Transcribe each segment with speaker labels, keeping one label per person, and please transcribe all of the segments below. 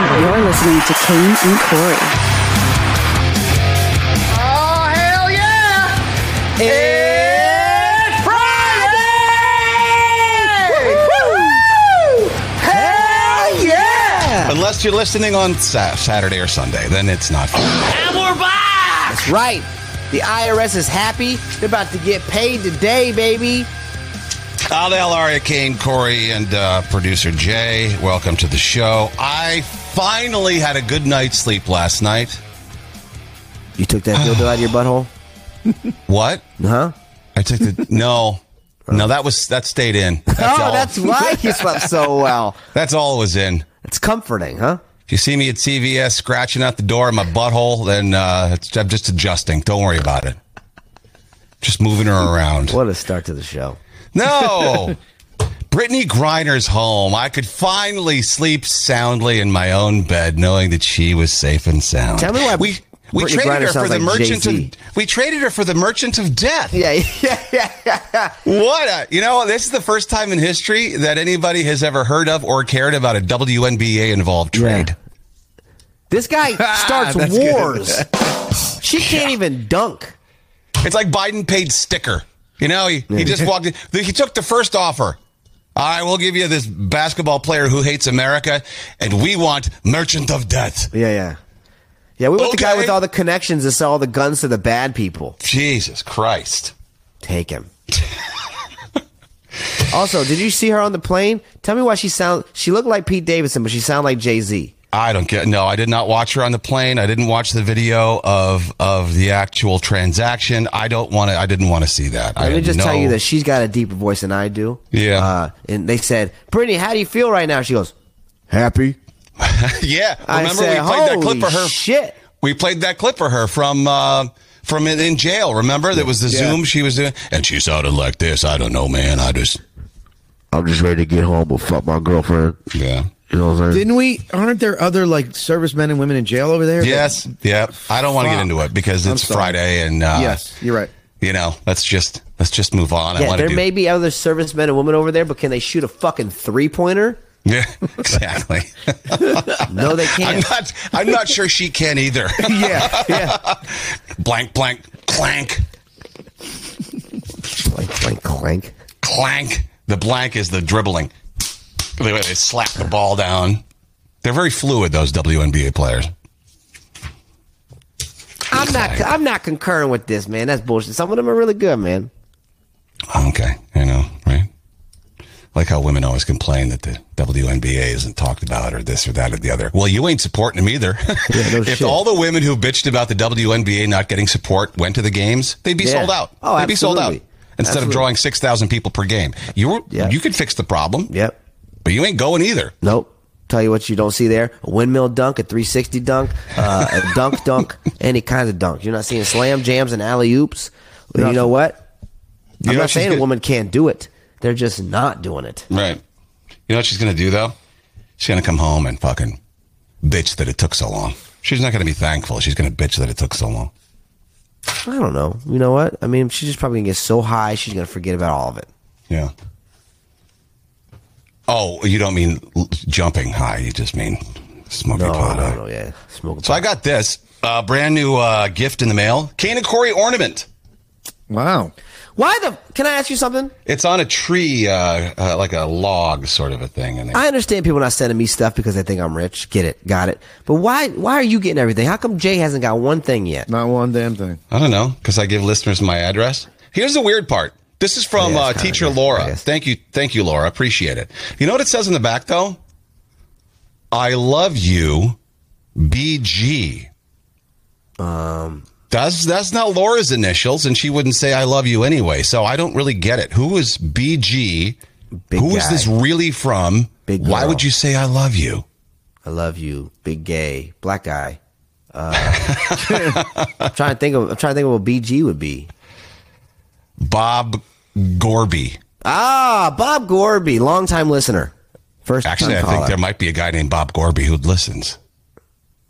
Speaker 1: listening to Kane and Corey.
Speaker 2: Oh, hell yeah! It's Friday! Woo! Hell yeah!
Speaker 3: Unless you're listening on Sa- Saturday or Sunday, then it's not fun.
Speaker 2: And we're back!
Speaker 4: That's right. The IRS is happy. They're about to get paid today, baby.
Speaker 3: Al Alaria, Kane, Corey, and uh, producer Jay, welcome to the show. I finally had a good night's sleep last night.
Speaker 4: You took that dildo out of your butthole?
Speaker 3: What?
Speaker 4: Huh?
Speaker 3: I took the no, no. That was that stayed in. That's
Speaker 4: oh,
Speaker 3: all.
Speaker 4: that's why you slept so well.
Speaker 3: that's all it was in.
Speaker 4: It's comforting, huh?
Speaker 3: If you see me at CVS scratching out the door in my butthole, then uh, it's, I'm just adjusting. Don't worry about it. Just moving her around.
Speaker 4: What a start to the show.
Speaker 3: No. Brittany Griner's home. I could finally sleep soundly in my own bed, knowing that she was safe and sound.
Speaker 4: Tell me why
Speaker 3: we we
Speaker 4: Brittany
Speaker 3: traded
Speaker 4: Griner
Speaker 3: her for
Speaker 4: sounds
Speaker 3: the
Speaker 4: like
Speaker 3: merchant
Speaker 4: Jay-Z.
Speaker 3: of we traded her for the merchant of death.
Speaker 4: Yeah, yeah, yeah, yeah.
Speaker 3: What a, you know, this is the first time in history that anybody has ever heard of or cared about a WNBA involved trade.
Speaker 4: Yeah. This guy starts
Speaker 3: That's good.
Speaker 4: wars. she can't even dunk.
Speaker 3: It's like Biden paid sticker. You know, he, he just walked in. He took the first offer. All right, we'll give you this basketball player who hates America, and we want Merchant of Death.
Speaker 4: Yeah, yeah. Yeah, we want the guy
Speaker 3: Okay.
Speaker 4: with all the connections to sell all the guns to the bad people.
Speaker 3: Jesus Christ.
Speaker 4: Take him. also, did you see her on the plane? Tell me why she sound. She looked like Pete Davidson, but she sounded like Jay Z.
Speaker 3: I don't get no, I did not watch her on the plane. I didn't watch the video of of the actual transaction. I don't want to I didn't want to see that. I
Speaker 4: Let me
Speaker 3: had
Speaker 4: just
Speaker 3: no-
Speaker 4: tell you that she's got a deeper voice than I do.
Speaker 3: Yeah.
Speaker 4: Uh, and they said, Brittany, how do you feel right now? She goes, Happy.
Speaker 3: yeah.
Speaker 4: I
Speaker 3: Remember
Speaker 4: said,
Speaker 3: we played that clip
Speaker 4: "Holy
Speaker 3: for her.
Speaker 4: Shit.
Speaker 3: We played that clip for her from uh, from in, in jail. Remember, there was the Zoom she was doing, and she sounded like this. I don't know, man. I just
Speaker 5: I'm just ready to get home and fuck my girlfriend.
Speaker 3: yeah.
Speaker 5: You know what I'm saying?
Speaker 6: Didn't we? Aren't there other like servicemen and women in jail over there?
Speaker 3: Yes, yeah. I don't want to get
Speaker 6: Fuck.
Speaker 3: into it because
Speaker 6: I'm
Speaker 3: it's
Speaker 6: sorry.
Speaker 3: Friday, and uh,
Speaker 6: yes, you're right.
Speaker 3: you know, let's just let's just move on. I
Speaker 4: Yeah,
Speaker 3: want to
Speaker 4: there
Speaker 3: do
Speaker 4: may be other servicemen and women over there, but can they shoot a fucking three pointer?
Speaker 3: yeah, exactly.
Speaker 4: No, they
Speaker 3: I'm
Speaker 4: can't.
Speaker 3: not. I'm not sure she can either.
Speaker 6: Yeah, yeah.
Speaker 3: blank, blank, clank,
Speaker 4: clank, clank, clank.
Speaker 3: clank. The blank is the dribbling. The way they slap the ball down. They're very fluid. Those WNBA players.
Speaker 4: I'm not. I'm not concurring with this, man. That's bullshit. Some of them are really good, man.
Speaker 3: Okay, I know, right? Like how women always complain that the WNBA isn't talked about or this or that or the other. Well, you ain't supporting them either.
Speaker 4: no
Speaker 3: if
Speaker 4: shit.
Speaker 3: all the women who bitched about the WNBA not getting support went to the games, they'd be
Speaker 4: Yeah.
Speaker 3: sold out.
Speaker 4: Oh,
Speaker 3: they'd be sold out
Speaker 4: absolutely.
Speaker 3: instead of
Speaker 4: Absolutely.
Speaker 3: drawing 6,000 people per game. You were,
Speaker 4: Yeah.
Speaker 3: you could fix the problem.
Speaker 4: Yep.
Speaker 3: But you ain't going either.
Speaker 4: Nope. Tell you what you don't see there: a windmill dunk, a 360 dunk, uh, a dunk dunk, any kinds of dunk. You're not seeing slam jams and alley oops. You know what? I'm
Speaker 3: know
Speaker 4: not
Speaker 3: she's
Speaker 4: saying
Speaker 3: good-
Speaker 4: a woman can't do it. They're just not doing it.
Speaker 3: Right. You know what she's going to do though? She's going to come home and fucking bitch that it took so long. She's not going to be thankful. She's going to bitch that it took so long.
Speaker 4: I don't know. You know what? I mean, she's just probably gonna get so high she's gonna forget about all of it.
Speaker 3: Yeah. Oh, you don't mean l- jumping high. You just mean smoking
Speaker 4: No,
Speaker 3: pot.
Speaker 4: no,
Speaker 3: huh?
Speaker 4: no, yeah. Smoke.
Speaker 3: So I got this uh, brand new uh, gift in the mail. Kane and Corey ornament.
Speaker 6: Wow.
Speaker 4: Why the? Can I ask you something?
Speaker 3: It's on a tree, uh, uh, like a log sort of a thing. And they-
Speaker 4: I understand people not sending me stuff because they think I'm rich. Get it? Got it? But why? Why are you getting everything? How come Jay hasn't got one thing yet?
Speaker 6: Not one damn thing.
Speaker 3: I don't know because I give listeners my address. Here's the weird part. This is from
Speaker 4: Yeah,
Speaker 3: uh,
Speaker 4: it's Oh, kinda
Speaker 3: teacher
Speaker 4: weird, I
Speaker 3: Laura.
Speaker 4: guess.
Speaker 3: Thank you, thank you, Laura. Appreciate it. You know what it says in the back though? I love you, BG. Um,
Speaker 4: Um.
Speaker 3: that's that's not Laura's initials, and she wouldn't say I love you anyway. So I don't really get it. Who is BG?
Speaker 4: Big
Speaker 3: Who is
Speaker 4: guy.
Speaker 3: this really from?
Speaker 4: Big
Speaker 3: Why
Speaker 4: girl.
Speaker 3: would you say I love you?
Speaker 4: I love you, big gay black guy. Uh, I'm trying to think of. I'm trying to think of what BG would be.
Speaker 3: Bob Gorby.
Speaker 4: Ah, Bob Gorby, longtime listener. First
Speaker 3: Actually, I
Speaker 4: time
Speaker 3: think
Speaker 4: caller.
Speaker 3: there might be a guy named Bob Gorby who listens.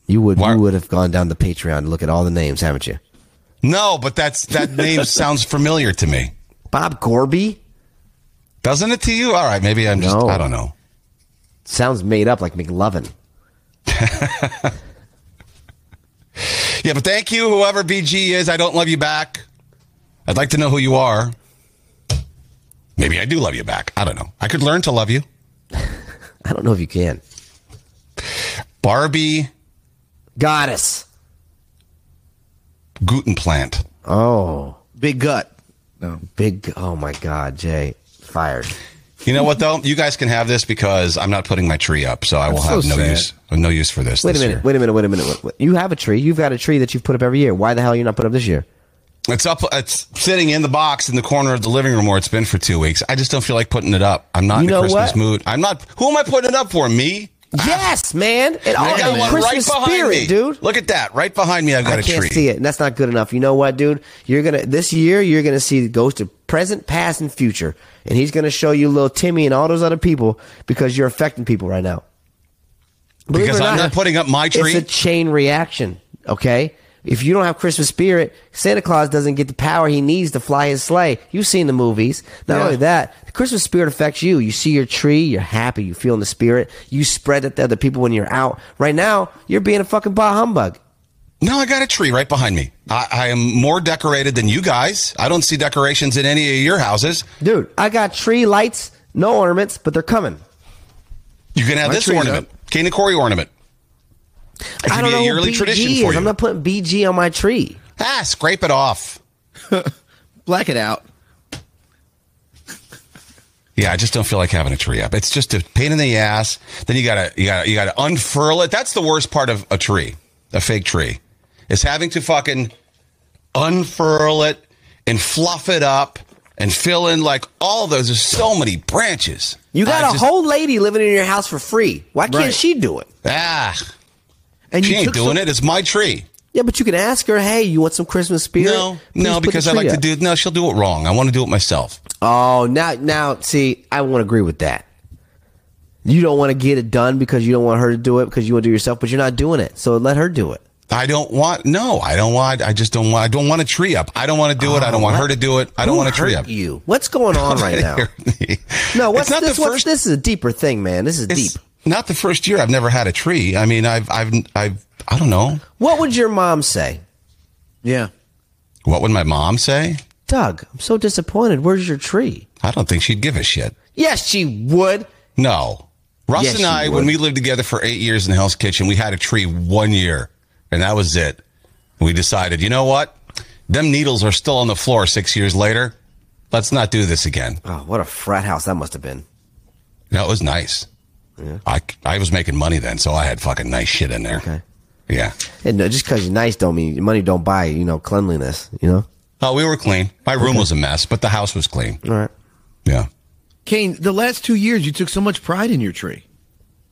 Speaker 4: you would
Speaker 3: Why-
Speaker 4: you would have gone down the Patreon to look at all the names, haven't you?
Speaker 3: No, but that's that name sounds familiar to me.
Speaker 4: Bob Gorby
Speaker 3: Doesn't it to you? All right, maybe I'm just
Speaker 4: No.
Speaker 3: I don't know.
Speaker 4: sounds made up like McLovin.
Speaker 3: Yeah, but thank you, whoever BG is. I don't love you back. I'd like to know who you are. Maybe I do love you back. I don't know. I could learn to love you.
Speaker 4: I don't know if you can.
Speaker 3: Barbie
Speaker 4: Goddess.
Speaker 3: Gutenplant.
Speaker 4: Oh,
Speaker 6: Big gut. No.
Speaker 4: big. Oh my God, Jay, fired.
Speaker 3: You know what though? You guys can have this because I'm not putting my tree up, so I will
Speaker 6: so
Speaker 3: have no
Speaker 6: sad.
Speaker 3: use no use for this.
Speaker 4: Wait a
Speaker 3: this
Speaker 4: minute.
Speaker 3: year.
Speaker 4: Wait a minute. Wait a minute. Wait- wait. You have a tree. You've got a tree that you've put up every year. Why the hell are you not put up this year?
Speaker 3: It's up. It's sitting in the box in the corner of the living room where it's been for two weeks. I just don't feel like putting it up. I'm not
Speaker 4: You
Speaker 3: in a
Speaker 4: know
Speaker 3: Christmas
Speaker 4: what?
Speaker 3: mood. I'm not. Who am I putting it up for? Me?
Speaker 4: Yes, man. It all
Speaker 3: I got one
Speaker 4: Oh, Christmas
Speaker 3: right behind
Speaker 4: spirit,
Speaker 3: me,
Speaker 4: dude.
Speaker 3: Look at that, right behind me. I've got
Speaker 4: I
Speaker 3: a
Speaker 4: can't
Speaker 3: tree.
Speaker 4: see it, and that's not good enough. You know what, dude? You're gonna this year. You're gonna see the ghost of present, past, and future, and he's gonna show you little Timmy and all those other people because you're affecting people right now. Believe it
Speaker 3: Because
Speaker 4: or
Speaker 3: I'm not putting up my tree?
Speaker 4: It's a chain reaction. Okay, if you don't have Christmas spirit, Santa Claus doesn't get the power he needs to fly his sleigh. You've seen the movies. Not only that, the Christmas spirit affects you. You see your tree, you're happy, you feel in the spirit. You spread it to other people when you're out. Right now, you're being a fucking bah humbug.
Speaker 3: No, I got a tree right behind me. I, I am more decorated than you guys. I don't see decorations in any of your houses.
Speaker 4: Dude, I got tree lights, no ornaments, but they're coming.
Speaker 3: You can have
Speaker 6: My
Speaker 3: this
Speaker 6: tree's
Speaker 3: ornament, Kane and Corey ornament. It
Speaker 4: I
Speaker 3: could
Speaker 4: don't
Speaker 3: be
Speaker 4: know
Speaker 3: a
Speaker 4: who
Speaker 3: yearly
Speaker 4: BG
Speaker 3: tradition
Speaker 4: is.
Speaker 3: for you.
Speaker 4: I'm not putting BG on my tree.
Speaker 3: ah, scrape it off.
Speaker 6: Black it out.
Speaker 3: Yeah, I just don't feel like having a tree up. It's just a pain in the ass. Then you gotta you gotta you gotta unfurl it. That's the worst part of a tree, a fake tree, is having to fucking unfurl it and fluff it up and fill in like all those. There's so many branches.
Speaker 4: You got
Speaker 3: I
Speaker 4: a
Speaker 3: just-
Speaker 4: whole lady living in your house for free. Why can't
Speaker 6: Right.
Speaker 4: she do it?
Speaker 3: ah.
Speaker 6: And
Speaker 3: She
Speaker 6: you
Speaker 3: ain't
Speaker 6: took
Speaker 3: doing
Speaker 6: some-
Speaker 3: it. It's my tree.
Speaker 4: Yeah, but you can ask her, hey, you want some Christmas spirit?
Speaker 3: No,
Speaker 4: Please put
Speaker 3: no,
Speaker 4: the
Speaker 3: because I
Speaker 4: tree
Speaker 3: like to
Speaker 4: up."
Speaker 3: do. No, she'll do it wrong. I want to do it myself.
Speaker 4: Oh, now, now, see, I won't agree with that. You don't want to get it done because you don't want her to do it because you want to do it yourself, but you're not doing it. So let her do it.
Speaker 3: I don't want. No, I don't want. I just don't want. I don't want a tree up. I don't want to do it. I don't want her to do it. I don't
Speaker 4: Oh, Who
Speaker 3: want a tree
Speaker 4: hurt
Speaker 3: up.
Speaker 4: You. What's going on right now? No, what's
Speaker 3: It's not
Speaker 4: this?
Speaker 3: the
Speaker 4: What's
Speaker 3: first-
Speaker 4: this? Is a deeper thing, man. This is deep.
Speaker 3: It's not the first year I've never had a tree. I mean, I've, I've, I've, I don't know.
Speaker 4: What would your mom say?
Speaker 6: Yeah.
Speaker 3: What would my mom say?
Speaker 4: Doug, I'm so disappointed. Where's your tree?
Speaker 3: I don't think she'd give a shit.
Speaker 4: Yes, she would.
Speaker 3: No. Russ
Speaker 4: Yes,
Speaker 3: and
Speaker 4: she
Speaker 3: I,
Speaker 4: would.
Speaker 3: when we lived together for eight years in Hell's Kitchen, we had a tree one year, and that was it. We decided, you know what? Them needles are still on the floor six years later. Let's not do this again.
Speaker 4: Oh, what a frat house that must have been.
Speaker 3: That was nice. I, I was making money then, so I had fucking nice shit in there.
Speaker 4: Okay.
Speaker 3: Yeah.
Speaker 4: And no, just because you're nice don't mean money don't buy you know cleanliness. You know.
Speaker 3: Oh, we were clean. My room was a mess, but the house was clean.
Speaker 4: All right.
Speaker 3: Yeah.
Speaker 6: Kane, the last two years you took so much pride in your tree.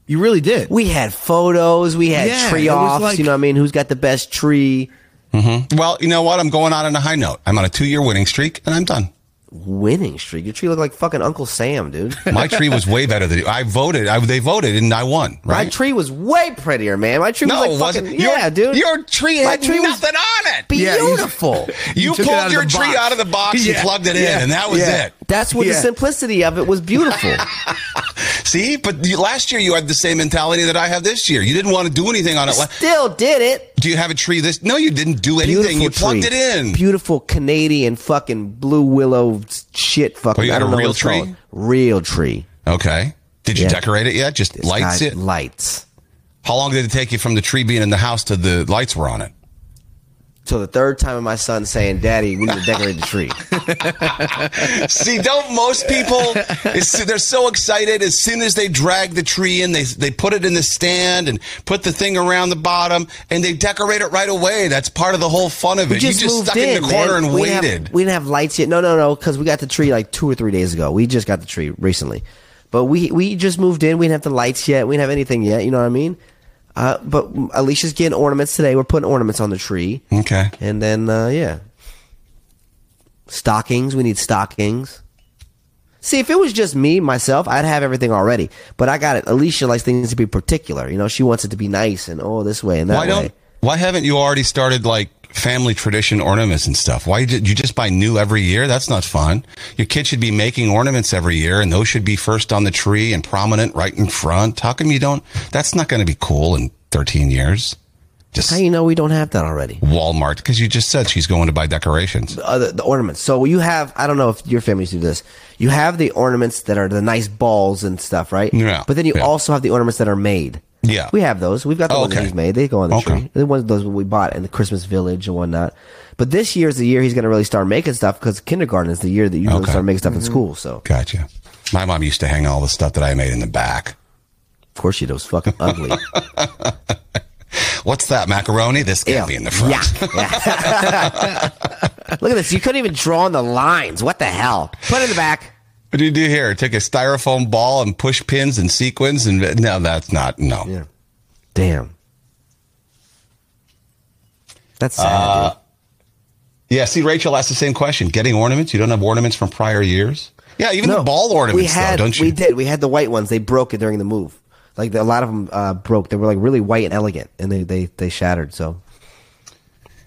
Speaker 6: You really did.
Speaker 4: We had photos. We had
Speaker 6: Yeah,
Speaker 4: tree
Speaker 6: it was
Speaker 4: offs.
Speaker 6: like-
Speaker 4: you know what I mean? Who's got the best tree?
Speaker 3: Well, you know what? I'm going out on a high note. I'm on a two year winning streak and I'm done.
Speaker 4: Winning streak. Your tree looked like fucking Uncle Sam, dude.
Speaker 3: My tree was way better than I voted. I, they voted and I won,
Speaker 4: My
Speaker 3: right?
Speaker 4: tree was way prettier, man. My tree
Speaker 3: no,
Speaker 4: was
Speaker 3: it
Speaker 4: like
Speaker 3: wasn't.
Speaker 4: fucking
Speaker 3: Your-
Speaker 4: yeah, dude.
Speaker 3: Your tree
Speaker 4: My
Speaker 3: had
Speaker 4: tree was
Speaker 3: nothing on it.
Speaker 6: Yeah, you-
Speaker 4: beautiful.
Speaker 3: you
Speaker 6: took it out
Speaker 3: pulled
Speaker 6: of
Speaker 3: your
Speaker 6: the
Speaker 3: tree
Speaker 6: box.
Speaker 3: out of the box
Speaker 6: Yeah,
Speaker 3: and plugged it
Speaker 6: yeah,
Speaker 3: in, and that was
Speaker 6: yeah.
Speaker 3: it.
Speaker 4: That's what the
Speaker 6: Yeah.
Speaker 4: simplicity of it was beautiful.
Speaker 3: See, but you, last year you had the same mentality that I have this year. You didn't want to do anything on it. La-
Speaker 4: Still did it.
Speaker 3: Do you have a tree this? No, you didn't do anything.
Speaker 4: beautiful
Speaker 3: you plugged
Speaker 4: tree.
Speaker 3: it in.
Speaker 4: Beautiful Canadian fucking blue willow shit. Fucking.
Speaker 3: Oh, you
Speaker 4: I
Speaker 3: got
Speaker 4: don't
Speaker 3: a
Speaker 4: know
Speaker 3: real
Speaker 4: what it's
Speaker 3: tree?
Speaker 4: called. Real tree.
Speaker 3: okay. Did you
Speaker 4: Yeah.
Speaker 3: decorate it yet? Just
Speaker 4: It's
Speaker 3: lights
Speaker 4: got
Speaker 3: it.
Speaker 4: Lights.
Speaker 3: How long did it take you from the tree being in the house to the lights were on it?
Speaker 4: Till the third time of my son saying, "Daddy, we need to decorate the tree."
Speaker 3: See, don't most people? It's, they're so excited as soon as they drag the tree in, they they put it in the stand and put the thing around the bottom, and they decorate it right away. That's part of the whole fun of it. you just
Speaker 4: moved
Speaker 3: stuck in the corner
Speaker 4: man.
Speaker 3: and
Speaker 4: we didn't have-
Speaker 3: waited.
Speaker 4: we didn't have lights yet. No, no, no, because we got the tree like two or three days ago. We just got the tree recently, but we we just moved in. We didn't have the lights yet. We didn't have anything yet. You know what I mean? Uh, but Alicia's getting ornaments today. We're putting ornaments on the tree,
Speaker 3: okay.
Speaker 4: and then uh, yeah, stockings. We need stockings. See, if it was just me myself, I'd have everything already. But I got it. Alicia likes things to be particular. You know, she wants it to be nice and oh, this way and that
Speaker 3: Why
Speaker 4: way.
Speaker 3: don't? Why haven't you already started like family tradition ornaments and stuff? Why did you just buy new every year? That's not fun. Your kid should be making ornaments every year, and those should be first on the tree and prominent right in front. How come you don't? That's not going to be cool and 13 years. Just
Speaker 4: How you know we don't have that already?
Speaker 3: Walmart, because you just said she's going to buy decorations.
Speaker 4: Other, the ornaments. So you have, I don't know if your families do this. You have the ornaments that are the nice balls and stuff, right?
Speaker 3: Yeah,
Speaker 4: But then you
Speaker 3: yeah.
Speaker 4: also have the ornaments that are made.
Speaker 3: Yeah.
Speaker 4: We have those. We've got the
Speaker 3: Oh,
Speaker 4: ones that
Speaker 3: okay.
Speaker 4: he's made. They go on the
Speaker 3: Okay.
Speaker 4: tree. The ones those we bought in the Christmas village and whatnot. But this year's the year he's going to really start making stuff because kindergarten is the year that you really
Speaker 3: Okay.
Speaker 4: start making stuff in school. So
Speaker 3: Gotcha. My mom used to hang all the stuff that I made in the back.
Speaker 4: of course she does. Fucking ugly.
Speaker 3: What's that macaroni? This can't
Speaker 4: Ew.
Speaker 3: be in the front.
Speaker 4: Yuck. Yeah. Look at this. You couldn't even draw on the lines. What the hell? Put it in the back.
Speaker 3: What do you do here? Take a styrofoam ball and push pins and sequins and no, that's not no.
Speaker 4: Damn. That's sad.
Speaker 3: Uh,
Speaker 4: dude.
Speaker 3: Yeah, see, Rachel asked the same question. Getting ornaments? You don't have ornaments from prior years? Yeah, even the ball ornaments,
Speaker 4: we had,
Speaker 3: though, don't you?
Speaker 4: We did. We had the white ones. They broke it during the move. Like a lot of them uh, broke. They were like really white and elegant, and they they, they shattered. So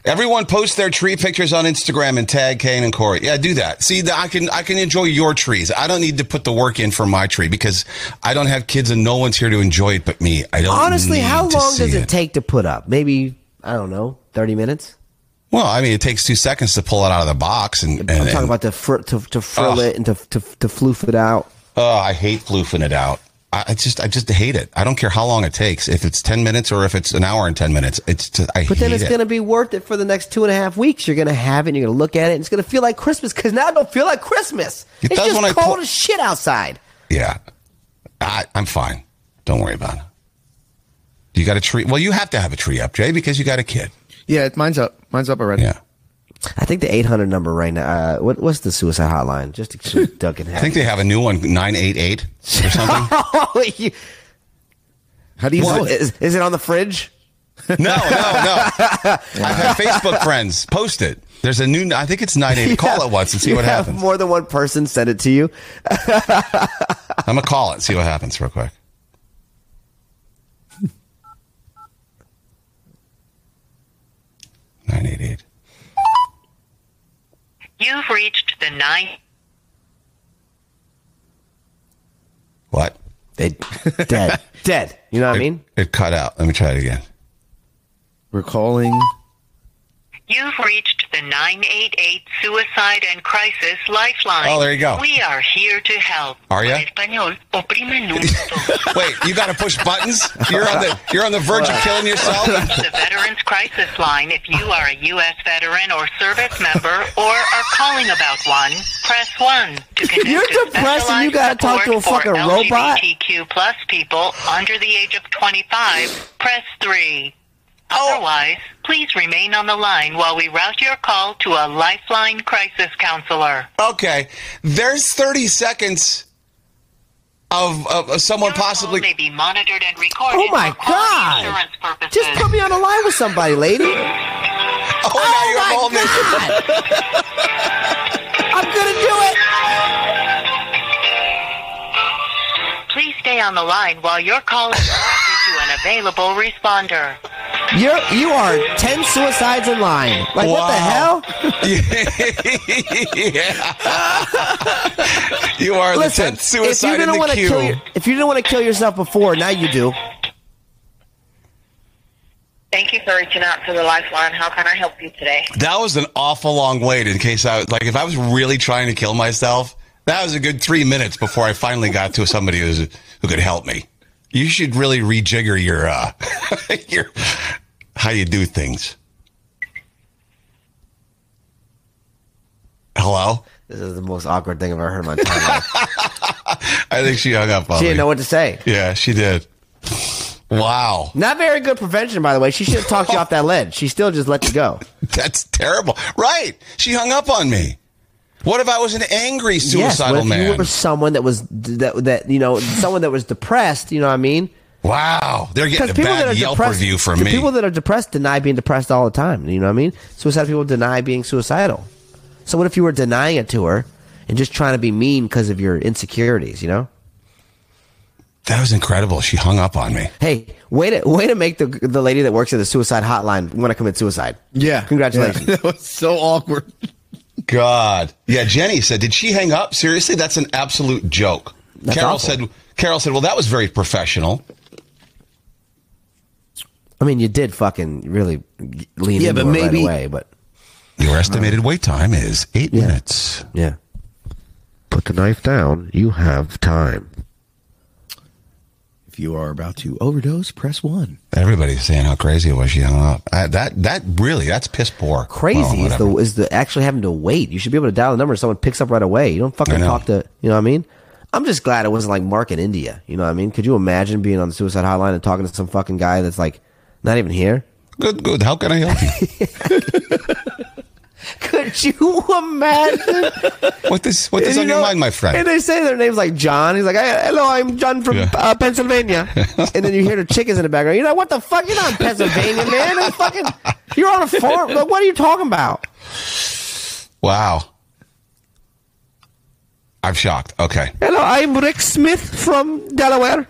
Speaker 3: Everyone post their tree pictures on Instagram and tag Kane and Corey. Yeah, do that. See, th- I can I can enjoy your trees. I don't need to put the work in for my tree because I don't have kids and no one's here to enjoy it but me. I don't.
Speaker 4: honestly,
Speaker 3: need
Speaker 4: how
Speaker 3: to
Speaker 4: long does
Speaker 3: see
Speaker 4: it, take to put up? Maybe I don't know, thirty minutes.
Speaker 3: Well, I mean, it takes two seconds to pull it out of the box, and, and
Speaker 4: I'm
Speaker 3: and-
Speaker 4: talking about to fr- to to frill
Speaker 3: Ugh.
Speaker 4: it and to to to floof it out.
Speaker 3: Oh, I hate floofing it out. I I just, I just hate it. I don't care how long it takes. If it's ten minutes or if it's an hour and ten minutes, it's. Just, I
Speaker 4: But
Speaker 3: hate
Speaker 4: then it's
Speaker 3: it.
Speaker 4: going to be worth it for the next two and a half weeks. You're going to have it. and You're going to look at it. and It's going to feel like Christmas because now it don't feel like Christmas.
Speaker 3: It
Speaker 4: it's
Speaker 3: does
Speaker 4: just
Speaker 3: when I
Speaker 4: cold
Speaker 3: pull-
Speaker 4: as shit outside.
Speaker 3: Yeah, I, I'm fine. Don't worry about it. You got a tree? Well, you have to have a tree up, Jay, because you got a kid.
Speaker 6: Yeah, mine's up. Mine's up already.
Speaker 3: Yeah.
Speaker 4: I think the 800 number right now. Uh, what, what's the suicide hotline? Just to keep Doug in
Speaker 3: I
Speaker 4: heaven.
Speaker 3: think they have a new one, 988 or something.
Speaker 4: you,
Speaker 6: How do you
Speaker 4: is,
Speaker 6: know
Speaker 4: it-
Speaker 6: it?
Speaker 4: is, is it on the fridge?
Speaker 3: no, no, no. I've had Facebook friends post it. There's a new, I think it's 988. Call it once and see
Speaker 4: You
Speaker 3: what
Speaker 4: have
Speaker 3: happens.
Speaker 4: More than one person send it to you.
Speaker 3: I'm going to call it and see what happens real quick. Nine eight eight.
Speaker 7: You've reached the nine.
Speaker 3: What?
Speaker 4: They, dead. dead. You know what I mean?
Speaker 3: It cut out. Let me try it again.
Speaker 6: We're calling.
Speaker 7: You've reached the 988 Suicide and Crisis Lifeline.
Speaker 3: Oh, there you go.
Speaker 7: We are here to help.
Speaker 3: Are ya?
Speaker 7: En español, oprime el número dos.
Speaker 3: Wait, you got to push buttons. You're on the you're on the verge of killing yourself.
Speaker 7: the Veterans Crisis Line. If you are a U.S. veteran or service member or are calling about one, press 1 to connect
Speaker 4: You're
Speaker 7: to
Speaker 4: depressed and you
Speaker 7: specialized
Speaker 4: gotta talk to a
Speaker 7: support
Speaker 4: fucking
Speaker 7: for
Speaker 4: robot?
Speaker 7: LGBTQ plus people under the age of 25, press 3. Otherwise, please remain on the line while we route your call to a Lifeline crisis counselor.
Speaker 3: Okay, there's 30 seconds of, of, of someone
Speaker 7: Your call
Speaker 3: possibly.
Speaker 7: may be monitored and recorded
Speaker 4: Oh my
Speaker 7: for quality
Speaker 4: God.
Speaker 7: insurance purposes.
Speaker 4: Just put me on the line with somebody, lady.
Speaker 3: Oh, now you're
Speaker 4: Oh
Speaker 3: holding
Speaker 4: my
Speaker 3: it.
Speaker 4: God. I'm going to do it.
Speaker 7: Please stay on the line while your call is directed to an available responder.
Speaker 4: You're you are ten suicides in line. Like what the hell?
Speaker 3: Wow. Yeah. you are the
Speaker 4: Listen,
Speaker 3: tenth
Speaker 4: if you
Speaker 3: suicide in
Speaker 4: didn't
Speaker 3: the
Speaker 4: want to
Speaker 3: queue.
Speaker 4: kill your, if you didn't want to kill yourself before, now you do.
Speaker 8: Thank you for reaching out to the Lifeline. How can I help you today?
Speaker 3: that was an awful long wait. In case I was like, if I was really trying to kill myself, that was a good three minutes before I finally got to somebody who's, who could help me. You should really rejigger your uh, your how you do things. Hello,
Speaker 4: This is the most awkward thing I've ever heard in my entire life.
Speaker 3: I think she hung up on
Speaker 4: She
Speaker 3: me.
Speaker 4: didn't know what to say.
Speaker 3: yeah, she did. Wow.
Speaker 4: Not very good prevention, by the way. She should have talked you off that ledge. She still just let you go.
Speaker 3: That's terrible. Right. She hung up on me. What if I was an angry
Speaker 4: yes,
Speaker 3: suicidal
Speaker 4: but if you
Speaker 3: man?
Speaker 4: were someone that was that that you know someone that was depressed, you know what I mean?
Speaker 3: wow. They're getting a bad Yelp review from
Speaker 4: the
Speaker 3: me.
Speaker 4: people that are depressed deny being depressed all the time. You know what I mean? Suicidal people deny being suicidal. So what if you were denying it to her and just trying to be mean because of your insecurities? You know?
Speaker 3: that was incredible. She hung up on me.
Speaker 4: Hey, way to way to make the the lady that works at the suicide hotline want to commit suicide.
Speaker 6: Yeah.
Speaker 4: congratulations.
Speaker 6: Yeah. that was so awkward.
Speaker 3: God. Yeah, Jenny said, Did she hang up? Seriously? That's an absolute joke.
Speaker 4: That's
Speaker 3: Carol
Speaker 4: awful.
Speaker 3: said Carol said, Well, that was very professional.
Speaker 4: I mean, you did fucking really lean
Speaker 6: Yeah,
Speaker 4: into
Speaker 6: but
Speaker 4: it
Speaker 6: maybe-
Speaker 4: right away, but
Speaker 3: Your estimated wait time is eight minutes.
Speaker 4: yeah.
Speaker 5: Put the knife down. You have time.
Speaker 6: If you are about to overdose, press one.
Speaker 3: Everybody's saying how crazy it was she hung up. I, that that really that's piss poor.
Speaker 4: Crazy
Speaker 3: Well,
Speaker 4: is
Speaker 3: whatever.
Speaker 4: the is the actually having to wait. You should be able to dial the number and someone picks up right away. You don't
Speaker 3: I
Speaker 4: fucking
Speaker 3: know.
Speaker 4: talk to you know what I mean? I'm just glad it wasn't like Mark in India. You know what I mean? Could you imagine being on the suicide hotline and talking to some fucking guy that's like not even here?
Speaker 3: good. Good. How can I help you?
Speaker 4: Could you imagine?
Speaker 3: what this? What is
Speaker 4: You
Speaker 3: on your
Speaker 4: know,
Speaker 3: mind, my
Speaker 4: And
Speaker 3: friend?
Speaker 4: they say their name's like John. He's like, hey, hello, I'm John from
Speaker 3: Yeah.
Speaker 4: uh, Pennsylvania. and then you hear the chickens in the background. You're like, what the fuck? You're not in Pennsylvania, man. It's fucking, you're on a farm. Like, what are you talking about?
Speaker 3: Wow. I'm shocked. Okay.
Speaker 4: Hello, I'm Rick Smith from Delaware.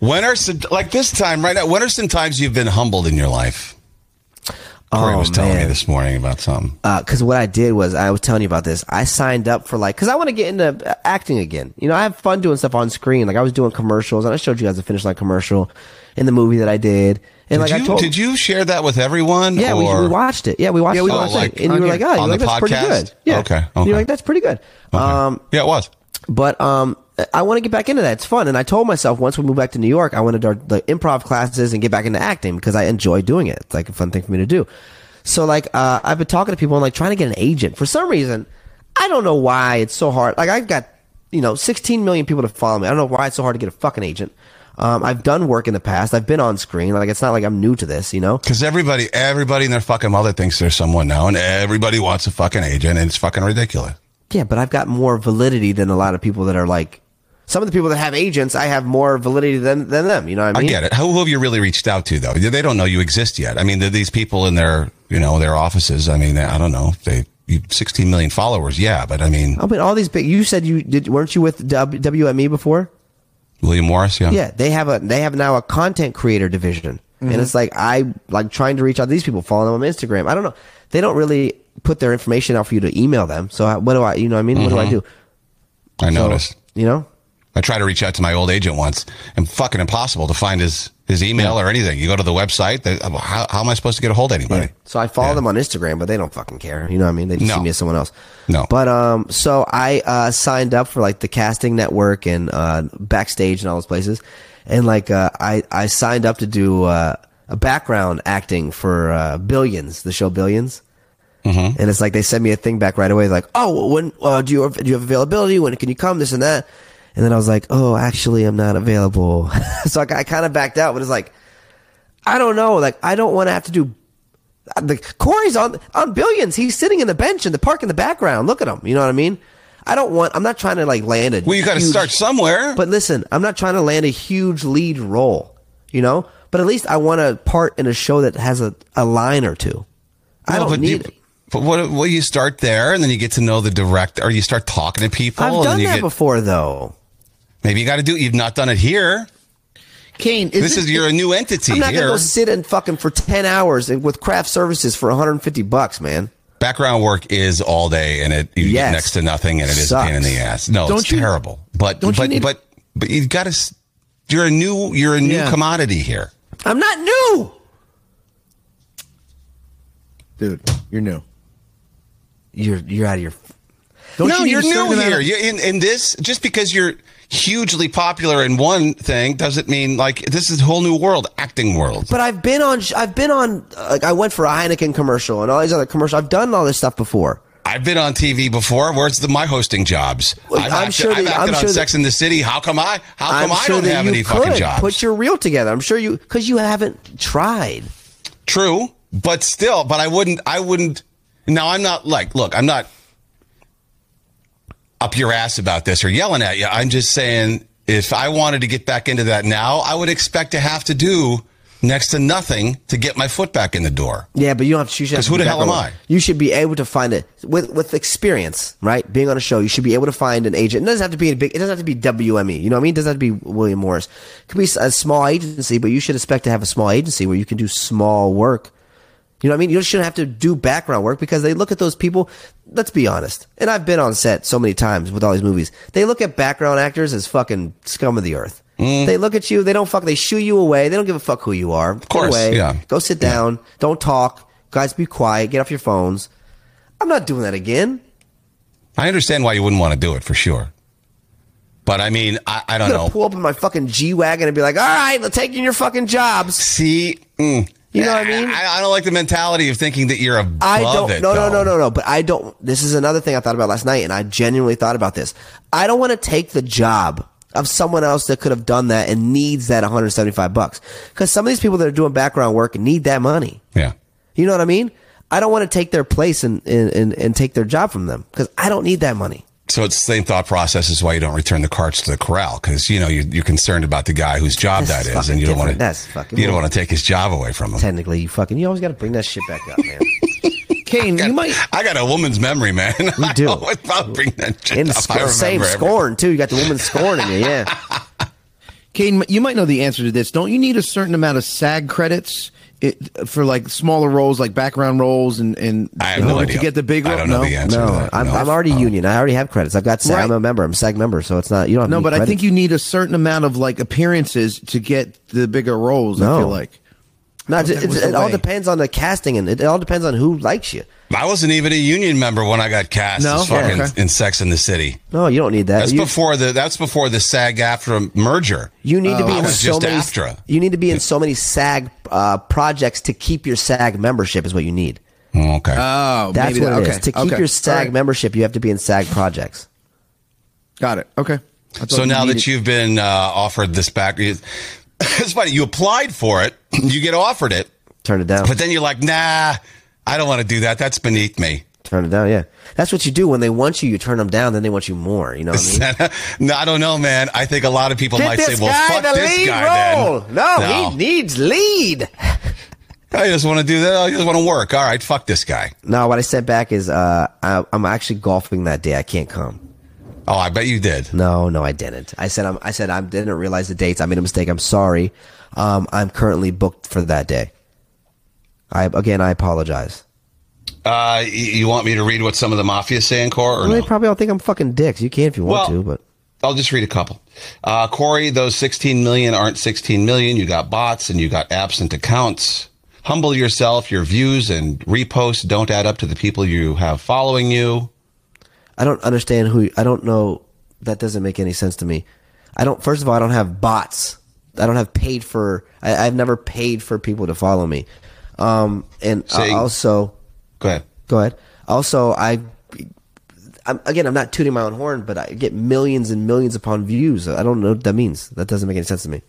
Speaker 3: When are some like this time right now? When are some times you've been humbled in your life?
Speaker 4: Oh,
Speaker 3: Corey was telling me this morning about something.
Speaker 4: because Uh, what I did was I was telling you about this. I signed up for like because I want to get into uh, acting again. You know, I have fun doing stuff on screen. Like I was doing commercials, and I showed you guys the finish line commercial in the movie that I did. And
Speaker 3: Did
Speaker 4: like I
Speaker 3: you,
Speaker 4: told,
Speaker 3: did you share that with everyone?
Speaker 4: Yeah, we,
Speaker 3: or-
Speaker 4: we watched it. Yeah, we watched
Speaker 6: Yeah,
Speaker 4: it.
Speaker 6: we
Speaker 4: the
Speaker 6: watched
Speaker 4: whole thing.
Speaker 6: it
Speaker 4: And
Speaker 6: on
Speaker 4: you were
Speaker 6: here.
Speaker 4: like, oh, you're
Speaker 3: On
Speaker 4: like,
Speaker 3: the
Speaker 4: that's pretty
Speaker 3: podcast?
Speaker 4: good. Yeah.
Speaker 3: Okay,
Speaker 4: And
Speaker 3: okay.
Speaker 4: you're like, that's pretty good.
Speaker 3: Okay.
Speaker 4: Um,
Speaker 3: yeah, it was.
Speaker 4: but um, I want to get back into that. It's fun, and I told myself once we move back to New York, I want to start the improv classes and get back into acting because I enjoy doing it. It's like a fun thing for me to do. So like, uh, I've been talking to people and like trying to get an agent. For some reason, I don't know why it's so hard. Like I've got you know 16 million people to follow me. I don't know why it's so hard to get a fucking agent. Um, I've done work in the past. I've been on screen. Like it's not like I'm new to this, you know.
Speaker 3: Because everybody, everybody and their fucking mother thinks there's someone now, and everybody wants a fucking agent, and it's fucking ridiculous.
Speaker 4: Yeah, but I've got more validity than a lot of people that are like. Some of the people that have agents, I have more validity than than them. You know what I
Speaker 3: I
Speaker 4: mean?
Speaker 3: get it. Who who have you really reached out to though? They don't know you exist yet. I mean, th- these people in their, you know, their offices. I mean, I don't know. They you 16 million followers. Yeah, but I mean,
Speaker 4: I mean, all these big. You said you did. Weren't you with w, WME before?
Speaker 3: William Morris. Yeah.
Speaker 4: Yeah, they have a they have now a content creator division, and it's like I like trying to reach out to these people, following them on Instagram. I don't know. They don't really put their information out for you to email them. So I, what do I? You know what I mean? What do I do?
Speaker 3: I
Speaker 4: So,
Speaker 3: noticed.
Speaker 4: You know.
Speaker 3: I tried to reach out to my old agent once, and fucking impossible to find his his email or anything. You go to the website. They, how, how am I supposed to get a hold of anybody?
Speaker 4: So I follow
Speaker 3: Yeah.
Speaker 4: them on Instagram, but they don't fucking care. You know what I mean? They just
Speaker 3: No.
Speaker 4: see me as someone else.
Speaker 3: No.
Speaker 4: But um, so I uh, signed up for like the casting network and uh, backstage and all those places, and like uh, I I signed up to do uh, a background acting for uh, Billions, the show 1000000000s
Speaker 3: Mm-hmm.
Speaker 4: And it's like they send me a thing back right away, like, oh, when uh, do you do you have availability? When can you come? This and that. And then I was like, oh, actually, I'm not available. so I, I kind of backed out, but it's like, I don't know. Like, I don't want to have to do the Corey's on on billions. He's sitting in the bench in the park in the background. Look at him. You know what I mean? I don't want. I'm not trying to like land a.
Speaker 3: Well, you got to
Speaker 4: huge-
Speaker 3: start somewhere.
Speaker 4: But listen, I'm not trying to land a huge lead role. You know, but at least I want a part in a show that has a, a line or two. I
Speaker 3: Well,
Speaker 4: don't
Speaker 3: but
Speaker 4: need.
Speaker 3: You, but what? Well, you start there, and then you get to know the director, or you start talking to people.
Speaker 4: I've
Speaker 3: and then
Speaker 4: done
Speaker 3: you
Speaker 4: that
Speaker 3: get-
Speaker 4: before though.
Speaker 3: Maybe you got to do. it. You've not done it here.
Speaker 6: Kane,
Speaker 3: this is you're a new entity
Speaker 4: I'm not
Speaker 3: here.
Speaker 4: gonna go sit and fucking for ten hours and with craft services for 150 bucks, man.
Speaker 3: background work is all day and it you get
Speaker 4: Yes.
Speaker 3: next to nothing and it is a pain in the
Speaker 4: Sucks.
Speaker 3: ass. No,
Speaker 6: Don't
Speaker 3: it's
Speaker 6: you-
Speaker 3: terrible. But
Speaker 6: don't you
Speaker 3: but
Speaker 6: need-
Speaker 3: but but you got to you're a new you're a new
Speaker 6: Yeah.
Speaker 3: commodity here.
Speaker 4: I'm not new.
Speaker 6: dude, you're new.
Speaker 4: You're you're out of your.
Speaker 6: Don't
Speaker 3: no,
Speaker 6: need
Speaker 3: you are
Speaker 6: a certain
Speaker 3: new
Speaker 6: amount
Speaker 3: here.
Speaker 6: of-
Speaker 3: You in in this just because you're hugely popular in one thing doesn't mean like this is a whole new world, acting world.
Speaker 4: But I've been on. I've been on. Like I went for a Heineken commercial and all these other commercials. I've done all this stuff before.
Speaker 3: I've been on TV before. Where's the my hosting jobs?
Speaker 4: Well,
Speaker 3: I've
Speaker 4: I'm
Speaker 3: acted,
Speaker 4: sure
Speaker 3: I've
Speaker 4: that-
Speaker 3: acted
Speaker 4: I'm
Speaker 3: on
Speaker 4: sure that-
Speaker 3: Sex in the City. How come I? How come Uh, I don't have any fucking jobs?
Speaker 4: put your reel together. I'm sure you because you haven't tried.
Speaker 3: True, but still, but I wouldn't. I wouldn't. Now I'm not like. Look, I'm not up your ass about this or yelling at you. I'm just saying, if I wanted to get back into that now, I would expect to have to do next to nothing to get my foot back in the door.
Speaker 4: Yeah, but you don't have to. you should have
Speaker 3: 'Cause
Speaker 4: to
Speaker 3: who
Speaker 4: be
Speaker 3: the hell
Speaker 4: back
Speaker 3: am
Speaker 4: on-
Speaker 3: I?
Speaker 4: You should be able to find it with with experience, right? Being on a show, you should be able to find an agent. It doesn't have to be a big. It doesn't have to be WME. You know what I mean? It doesn't have to be William Morris. It could be a small agency, but you should expect to have a small agency where you can do small work. You know what I mean? You shouldn't have to do background work because they look at those people. Let's be honest. And I've been on set so many times with all these movies. They look at background actors as fucking scum of the earth.
Speaker 3: Mm.
Speaker 4: They look at you. They don't fuck. They shoo you away. They don't give a fuck who you are. Of
Speaker 3: course, yeah.
Speaker 4: Go sit down. Don't talk. Guys, be quiet. Get off your phones. I'm not doing that again.
Speaker 3: I understand why you wouldn't want to do it for sure. But I mean, I, I don't
Speaker 4: I'm gonna
Speaker 3: know.
Speaker 4: pull up in my fucking G wagon and be like, "All right, let's taking your fucking jobs."
Speaker 3: See, mm.
Speaker 4: You know what I mean?
Speaker 3: I, I don't like the mentality of thinking that you're above
Speaker 4: I don't.
Speaker 3: it.
Speaker 4: no, no,
Speaker 3: though.
Speaker 4: no, no, no. But I don't. This is another thing I thought about last night, and I genuinely thought about this. I don't want to take the job of someone else that could have done that and needs that 175 bucks because some of these people that are doing background work need that money.
Speaker 3: Yeah.
Speaker 4: You know what I mean? I don't want to take their place and and, and, and take their job from them because I don't need that money.
Speaker 3: So it's the same thought process as why you don't return the carts to the corral because you know you're, you're concerned about the guy whose job
Speaker 4: That's
Speaker 3: that is,
Speaker 4: fucking
Speaker 3: and you don't want to.
Speaker 4: different. That's fucking
Speaker 3: You don't
Speaker 4: weird.
Speaker 3: want to take his job away from him.
Speaker 4: Technically, you fucking you always got to bring that shit back up, man.
Speaker 6: Kane, you might.
Speaker 3: I got a woman's memory, man. I
Speaker 4: do.
Speaker 3: always- I'll bring that shit
Speaker 4: And
Speaker 3: up. I
Speaker 4: scorn, same
Speaker 3: remember every-
Speaker 4: scorn too. You got the woman scorning you, yeah.
Speaker 6: Kane, you might know the answer to this. Don't you need a certain amount of SAG credits it, for like smaller roles, like background roles, and and
Speaker 3: I have
Speaker 6: in
Speaker 3: no
Speaker 6: order
Speaker 3: idea.
Speaker 6: to get the big
Speaker 3: I
Speaker 6: role?
Speaker 3: don't know
Speaker 6: no, Oh.
Speaker 3: the answer.
Speaker 4: No,
Speaker 3: to that.
Speaker 4: I'm,
Speaker 3: No.
Speaker 4: I'm already union. I already have credits. I've got. SAG. I'm
Speaker 6: Right.
Speaker 4: a member. I'm a SAG member, so it's not. You don't. Have
Speaker 6: no.
Speaker 4: any
Speaker 6: But I
Speaker 4: credits.
Speaker 6: think you need a certain amount of like appearances to get the bigger roles.
Speaker 4: No.
Speaker 6: I feel like
Speaker 4: No, it,
Speaker 6: that
Speaker 4: it,
Speaker 6: was the
Speaker 4: it all
Speaker 6: way.
Speaker 4: depends on the casting, and it, all depends on who likes you.
Speaker 3: I wasn't even a union member when I got cast
Speaker 6: No?
Speaker 3: as fucking
Speaker 6: Yeah, okay.
Speaker 3: in Sex in the City.
Speaker 4: No, you don't need that.
Speaker 3: That's
Speaker 4: Uh, you,
Speaker 3: before the that's before the SAG after merger.
Speaker 4: you need
Speaker 6: Oh,
Speaker 4: to be
Speaker 3: I
Speaker 4: in
Speaker 3: was
Speaker 4: so
Speaker 3: just
Speaker 4: many.
Speaker 3: AFTRA.
Speaker 4: You need to be in so many SAG uh, projects to keep your SAG membership is what you need.
Speaker 3: Oh, okay.
Speaker 4: Uh,
Speaker 6: oh,
Speaker 4: That's
Speaker 6: maybe
Speaker 4: what
Speaker 6: that,
Speaker 4: it is.
Speaker 6: okay,
Speaker 4: To keep
Speaker 6: okay.
Speaker 4: your SAG
Speaker 6: All right.
Speaker 4: membership, you have to be in SAG projects.
Speaker 6: Got it. Okay. I thought
Speaker 3: so
Speaker 6: you
Speaker 3: now
Speaker 6: needed-
Speaker 3: that you've been uh, offered this back, you- it's funny. You applied for it, you get offered it,
Speaker 4: Turn it down.
Speaker 3: but then you're like, nah, I don't want to do that. That's beneath me.
Speaker 4: Turn it down. Yeah, that's what you do when they want you. You turn them down, then they want you more. You know what I mean?
Speaker 3: no, I don't know, man. I think a lot of people
Speaker 4: Get
Speaker 3: might
Speaker 4: this
Speaker 3: say, well,
Speaker 4: guy
Speaker 3: fuck
Speaker 4: the
Speaker 3: this
Speaker 4: lead
Speaker 3: guy
Speaker 4: role.
Speaker 3: then.
Speaker 4: No, he needs lead.
Speaker 3: I just want to do that. I just want to work. All right, fuck this guy.
Speaker 4: No, what I sent back is uh, I, I'm actually golfing that day. I can't come.
Speaker 3: Oh, I bet you did.
Speaker 4: No, no, I didn't. I said I'm, I said I didn't realize the dates. I made a mistake. I'm sorry. Um, I'm currently booked for that day. I again, I apologize.
Speaker 3: Uh, y- you want me to read what some of the mafia say in court? Or
Speaker 4: Well,
Speaker 3: no?
Speaker 4: they probably all think I'm fucking dicks. You can if you want to,
Speaker 3: Well-
Speaker 4: but
Speaker 3: I'll just read a couple. Uh, Corey, those 16 million aren't 16 million. You got bots and you got absent accounts. Humble yourself. Your views and reposts don't add up to the people you have following you.
Speaker 4: I don't understand who. I don't know. That doesn't make any sense to me. I don't. First of all, I don't have bots. I don't have paid for. I, I've never paid for people to follow me. Um, and uh,
Speaker 3: Say-
Speaker 4: also,
Speaker 3: Go ahead.
Speaker 4: Go ahead. Also, I, I'm, again, I'm not tooting my own horn, but I get millions and millions upon views. I don't know what that means. That doesn't make any sense to me.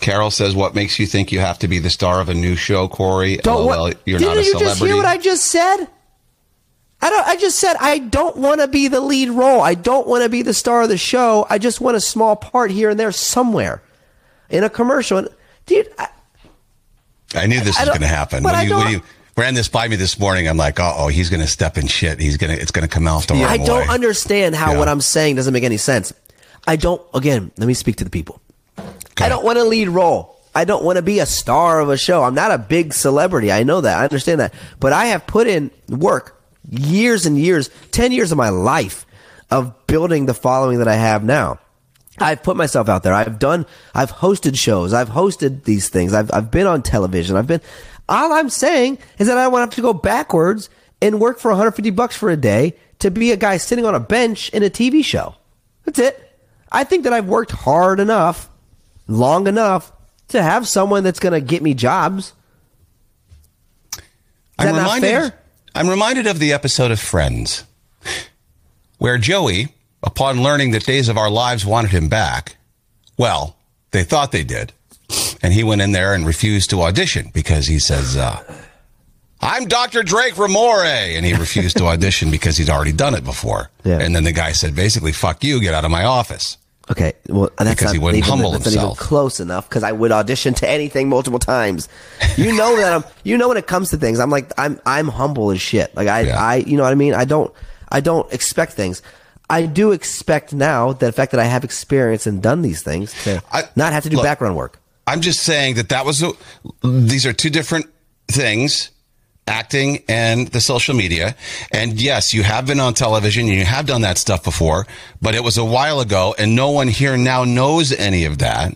Speaker 3: Carol says, "What makes you think you have to be the star of a new show, Corey? LOL, you're
Speaker 4: Didn't
Speaker 3: not a
Speaker 4: you
Speaker 3: celebrity."
Speaker 4: just hear what I just said? I don't. I just said I don't want to be the lead role. I don't want to be the star of the show. I just want a small part here and there somewhere, in a commercial. And, dude, I,
Speaker 3: I knew this
Speaker 4: I
Speaker 3: was
Speaker 4: don't-
Speaker 3: going to happen.
Speaker 4: but
Speaker 3: When
Speaker 4: I
Speaker 3: you, when
Speaker 4: don't-
Speaker 3: you ran this by me this morning, I'm like, "Uh oh, he's going to step in shit. He's going to. It's going to come out the wrong
Speaker 4: I don't
Speaker 3: way."
Speaker 4: understand how
Speaker 3: Yeah.
Speaker 4: what I'm saying doesn't make any sense. I don't. Again, let me speak to the people. I
Speaker 3: Go ahead.
Speaker 4: don't want to lead role. I don't want to be a star of a show. I'm not a big celebrity. I know that. I understand that. But I have put in work years and years, 10 years of my life of building the following that I have now. I've put myself out there. I've done, I've hosted shows. I've hosted these things. I've, I've been on television. I've been, all I'm saying is that I want to have to go backwards and work for 150 bucks for a day to be a guy sitting on a bench in a TV show. That's it. I think that I've worked hard enough, long enough to have someone that's going to get me jobs. Is that not
Speaker 3: reminded,
Speaker 4: fair?
Speaker 3: I'm reminded of the episode of Friends where Joey, upon learning that Days of Our Lives wanted him back, well, they thought they did. And he went in there and refused to audition because he says, uh, I'm Dr. Drake Ramore. And he refused to audition because he'd already done it before.
Speaker 4: Yeah.
Speaker 3: And then the guy said, basically, fuck you, get out of my office.
Speaker 4: Okay, well that's
Speaker 3: Because
Speaker 4: not
Speaker 3: he wouldn't
Speaker 4: even,
Speaker 3: humble
Speaker 4: that's
Speaker 3: himself.
Speaker 4: Not even close enough because I would audition to anything multiple times. You know that I'm. You know when it comes to things, I'm like I'm I'm humble as shit. Like I
Speaker 3: Yeah.
Speaker 4: I you know what I mean. I don't I don't expect things. I do expect now the fact that I have experience and done these things to
Speaker 3: I-
Speaker 4: not have to do
Speaker 3: look,
Speaker 4: background work.
Speaker 3: I'm just saying that that was a, these are two different things, acting and the social media. And yes, you have been on television and you have done that stuff before, but it was a while ago and no one here now knows any of that.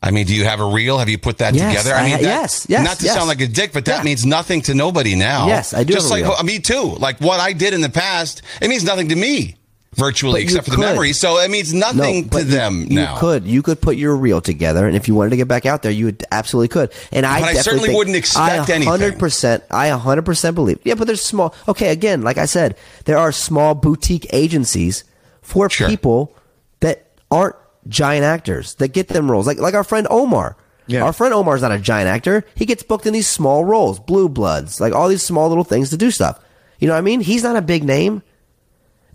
Speaker 3: I mean, do you have a reel? Have you put that
Speaker 4: Yes,
Speaker 3: together?
Speaker 4: I
Speaker 3: I mean,
Speaker 4: ha-
Speaker 3: that-
Speaker 4: yes, yes,
Speaker 3: Not to
Speaker 4: yes.
Speaker 3: sound like a dick, but that
Speaker 4: Yeah.
Speaker 3: means nothing to nobody now.
Speaker 4: Yes, I do
Speaker 3: Just
Speaker 4: have a
Speaker 3: like
Speaker 4: reel.
Speaker 3: uh, me too. Like what I did in the past, it means nothing to me virtually,
Speaker 4: But you
Speaker 3: except for the
Speaker 4: could.
Speaker 3: memory. So it means
Speaker 4: No,
Speaker 3: nothing
Speaker 4: but
Speaker 3: to
Speaker 4: you-
Speaker 3: them
Speaker 4: you
Speaker 3: now.
Speaker 4: could you could put your reel together, and if you wanted to get back out there, you would absolutely could. And I,
Speaker 3: But I
Speaker 4: definitely
Speaker 3: certainly
Speaker 4: think-
Speaker 3: wouldn't expect
Speaker 4: I
Speaker 3: anything.
Speaker 4: Hundred percent. I hundred percent believe. Yeah, but there's small. Okay, again, like I said, there are small boutique agencies for
Speaker 3: Sure.
Speaker 4: people that aren't giant actors that get them roles. Like like our friend Omar.
Speaker 6: Yeah.
Speaker 4: Our friend Omar's not a giant actor. He gets booked in these small roles, Blue Bloods, like all these small little things to do stuff. You know what I mean? He's not a big name.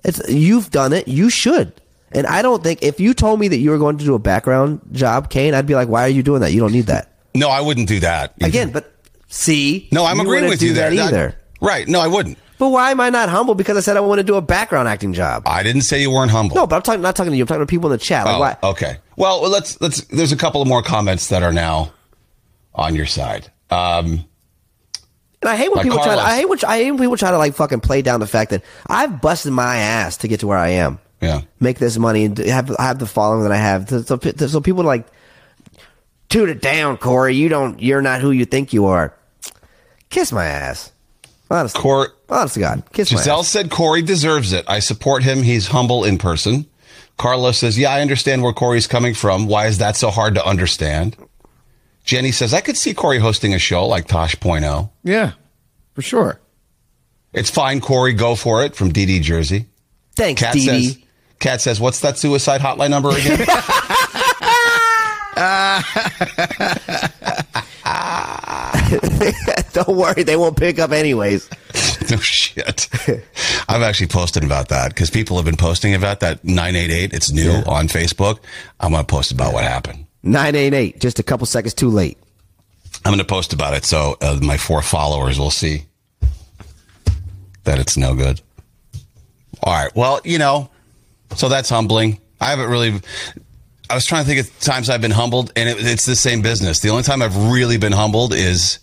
Speaker 4: It's you've done it. You should. And I don't think if you told me that you were going to do a background job, Kane, I'd be like, why are you doing that? You don't need that.
Speaker 3: No, I wouldn't do that. either.
Speaker 4: Again, but see,
Speaker 3: no, I'm
Speaker 4: you
Speaker 3: agreeing
Speaker 4: wouldn't
Speaker 3: with
Speaker 4: do
Speaker 3: you there.
Speaker 4: that
Speaker 3: That-
Speaker 4: either.
Speaker 3: right. No, I wouldn't.
Speaker 4: but why am I not humble? Because I said I want to do a background acting job.
Speaker 3: I didn't say you weren't humble.
Speaker 4: No, but I'm talking not talking to you. I'm talking to people in the chat. Like,
Speaker 3: Oh,
Speaker 4: why?
Speaker 3: okay. Well, let's let's. There's a couple of more comments that are now on your side. Um,
Speaker 4: And I hate when
Speaker 3: Like
Speaker 4: people try. To,
Speaker 3: Carlos.
Speaker 4: I hate when I hate when people try to like fucking play down the fact that I've busted my ass to get to where I am.
Speaker 3: yeah.
Speaker 4: make this money and have have the following that I have. So, so, so people are like toot it down, Corey. You don't. You're not who you think you are. Kiss my ass. Honestly,
Speaker 3: Cor-
Speaker 4: honest to God, kiss my
Speaker 3: Giselle
Speaker 4: ass.
Speaker 3: said Corey deserves it. I support him. He's humble in person. Carlos says, "Yeah, I understand where Corey's coming from. Why is that so hard to understand?" Jenny says, "I could see Corey hosting a show like Tosh.0.
Speaker 6: Yeah, for sure.
Speaker 3: It's fine, Corey. Go for it." From DD Jersey.
Speaker 4: Thanks,
Speaker 3: Kat
Speaker 4: Dee
Speaker 3: says,
Speaker 4: Dee.
Speaker 3: Kat says, what's that suicide hotline number again?
Speaker 4: Don't worry, they won't pick up anyways.
Speaker 3: no shit. I've actually posted about that because people have been posting about that 988. It's new on Facebook. I'm going to post about what happened.
Speaker 4: Nine eight eight, just a couple seconds too late.
Speaker 3: I'm going to post about it so uh, my four followers will see that it's no good. All right. Well, you know, so that's humbling. I haven't really. I was trying to think of times I've been humbled, and it, it's the same business. The only time I've really been humbled is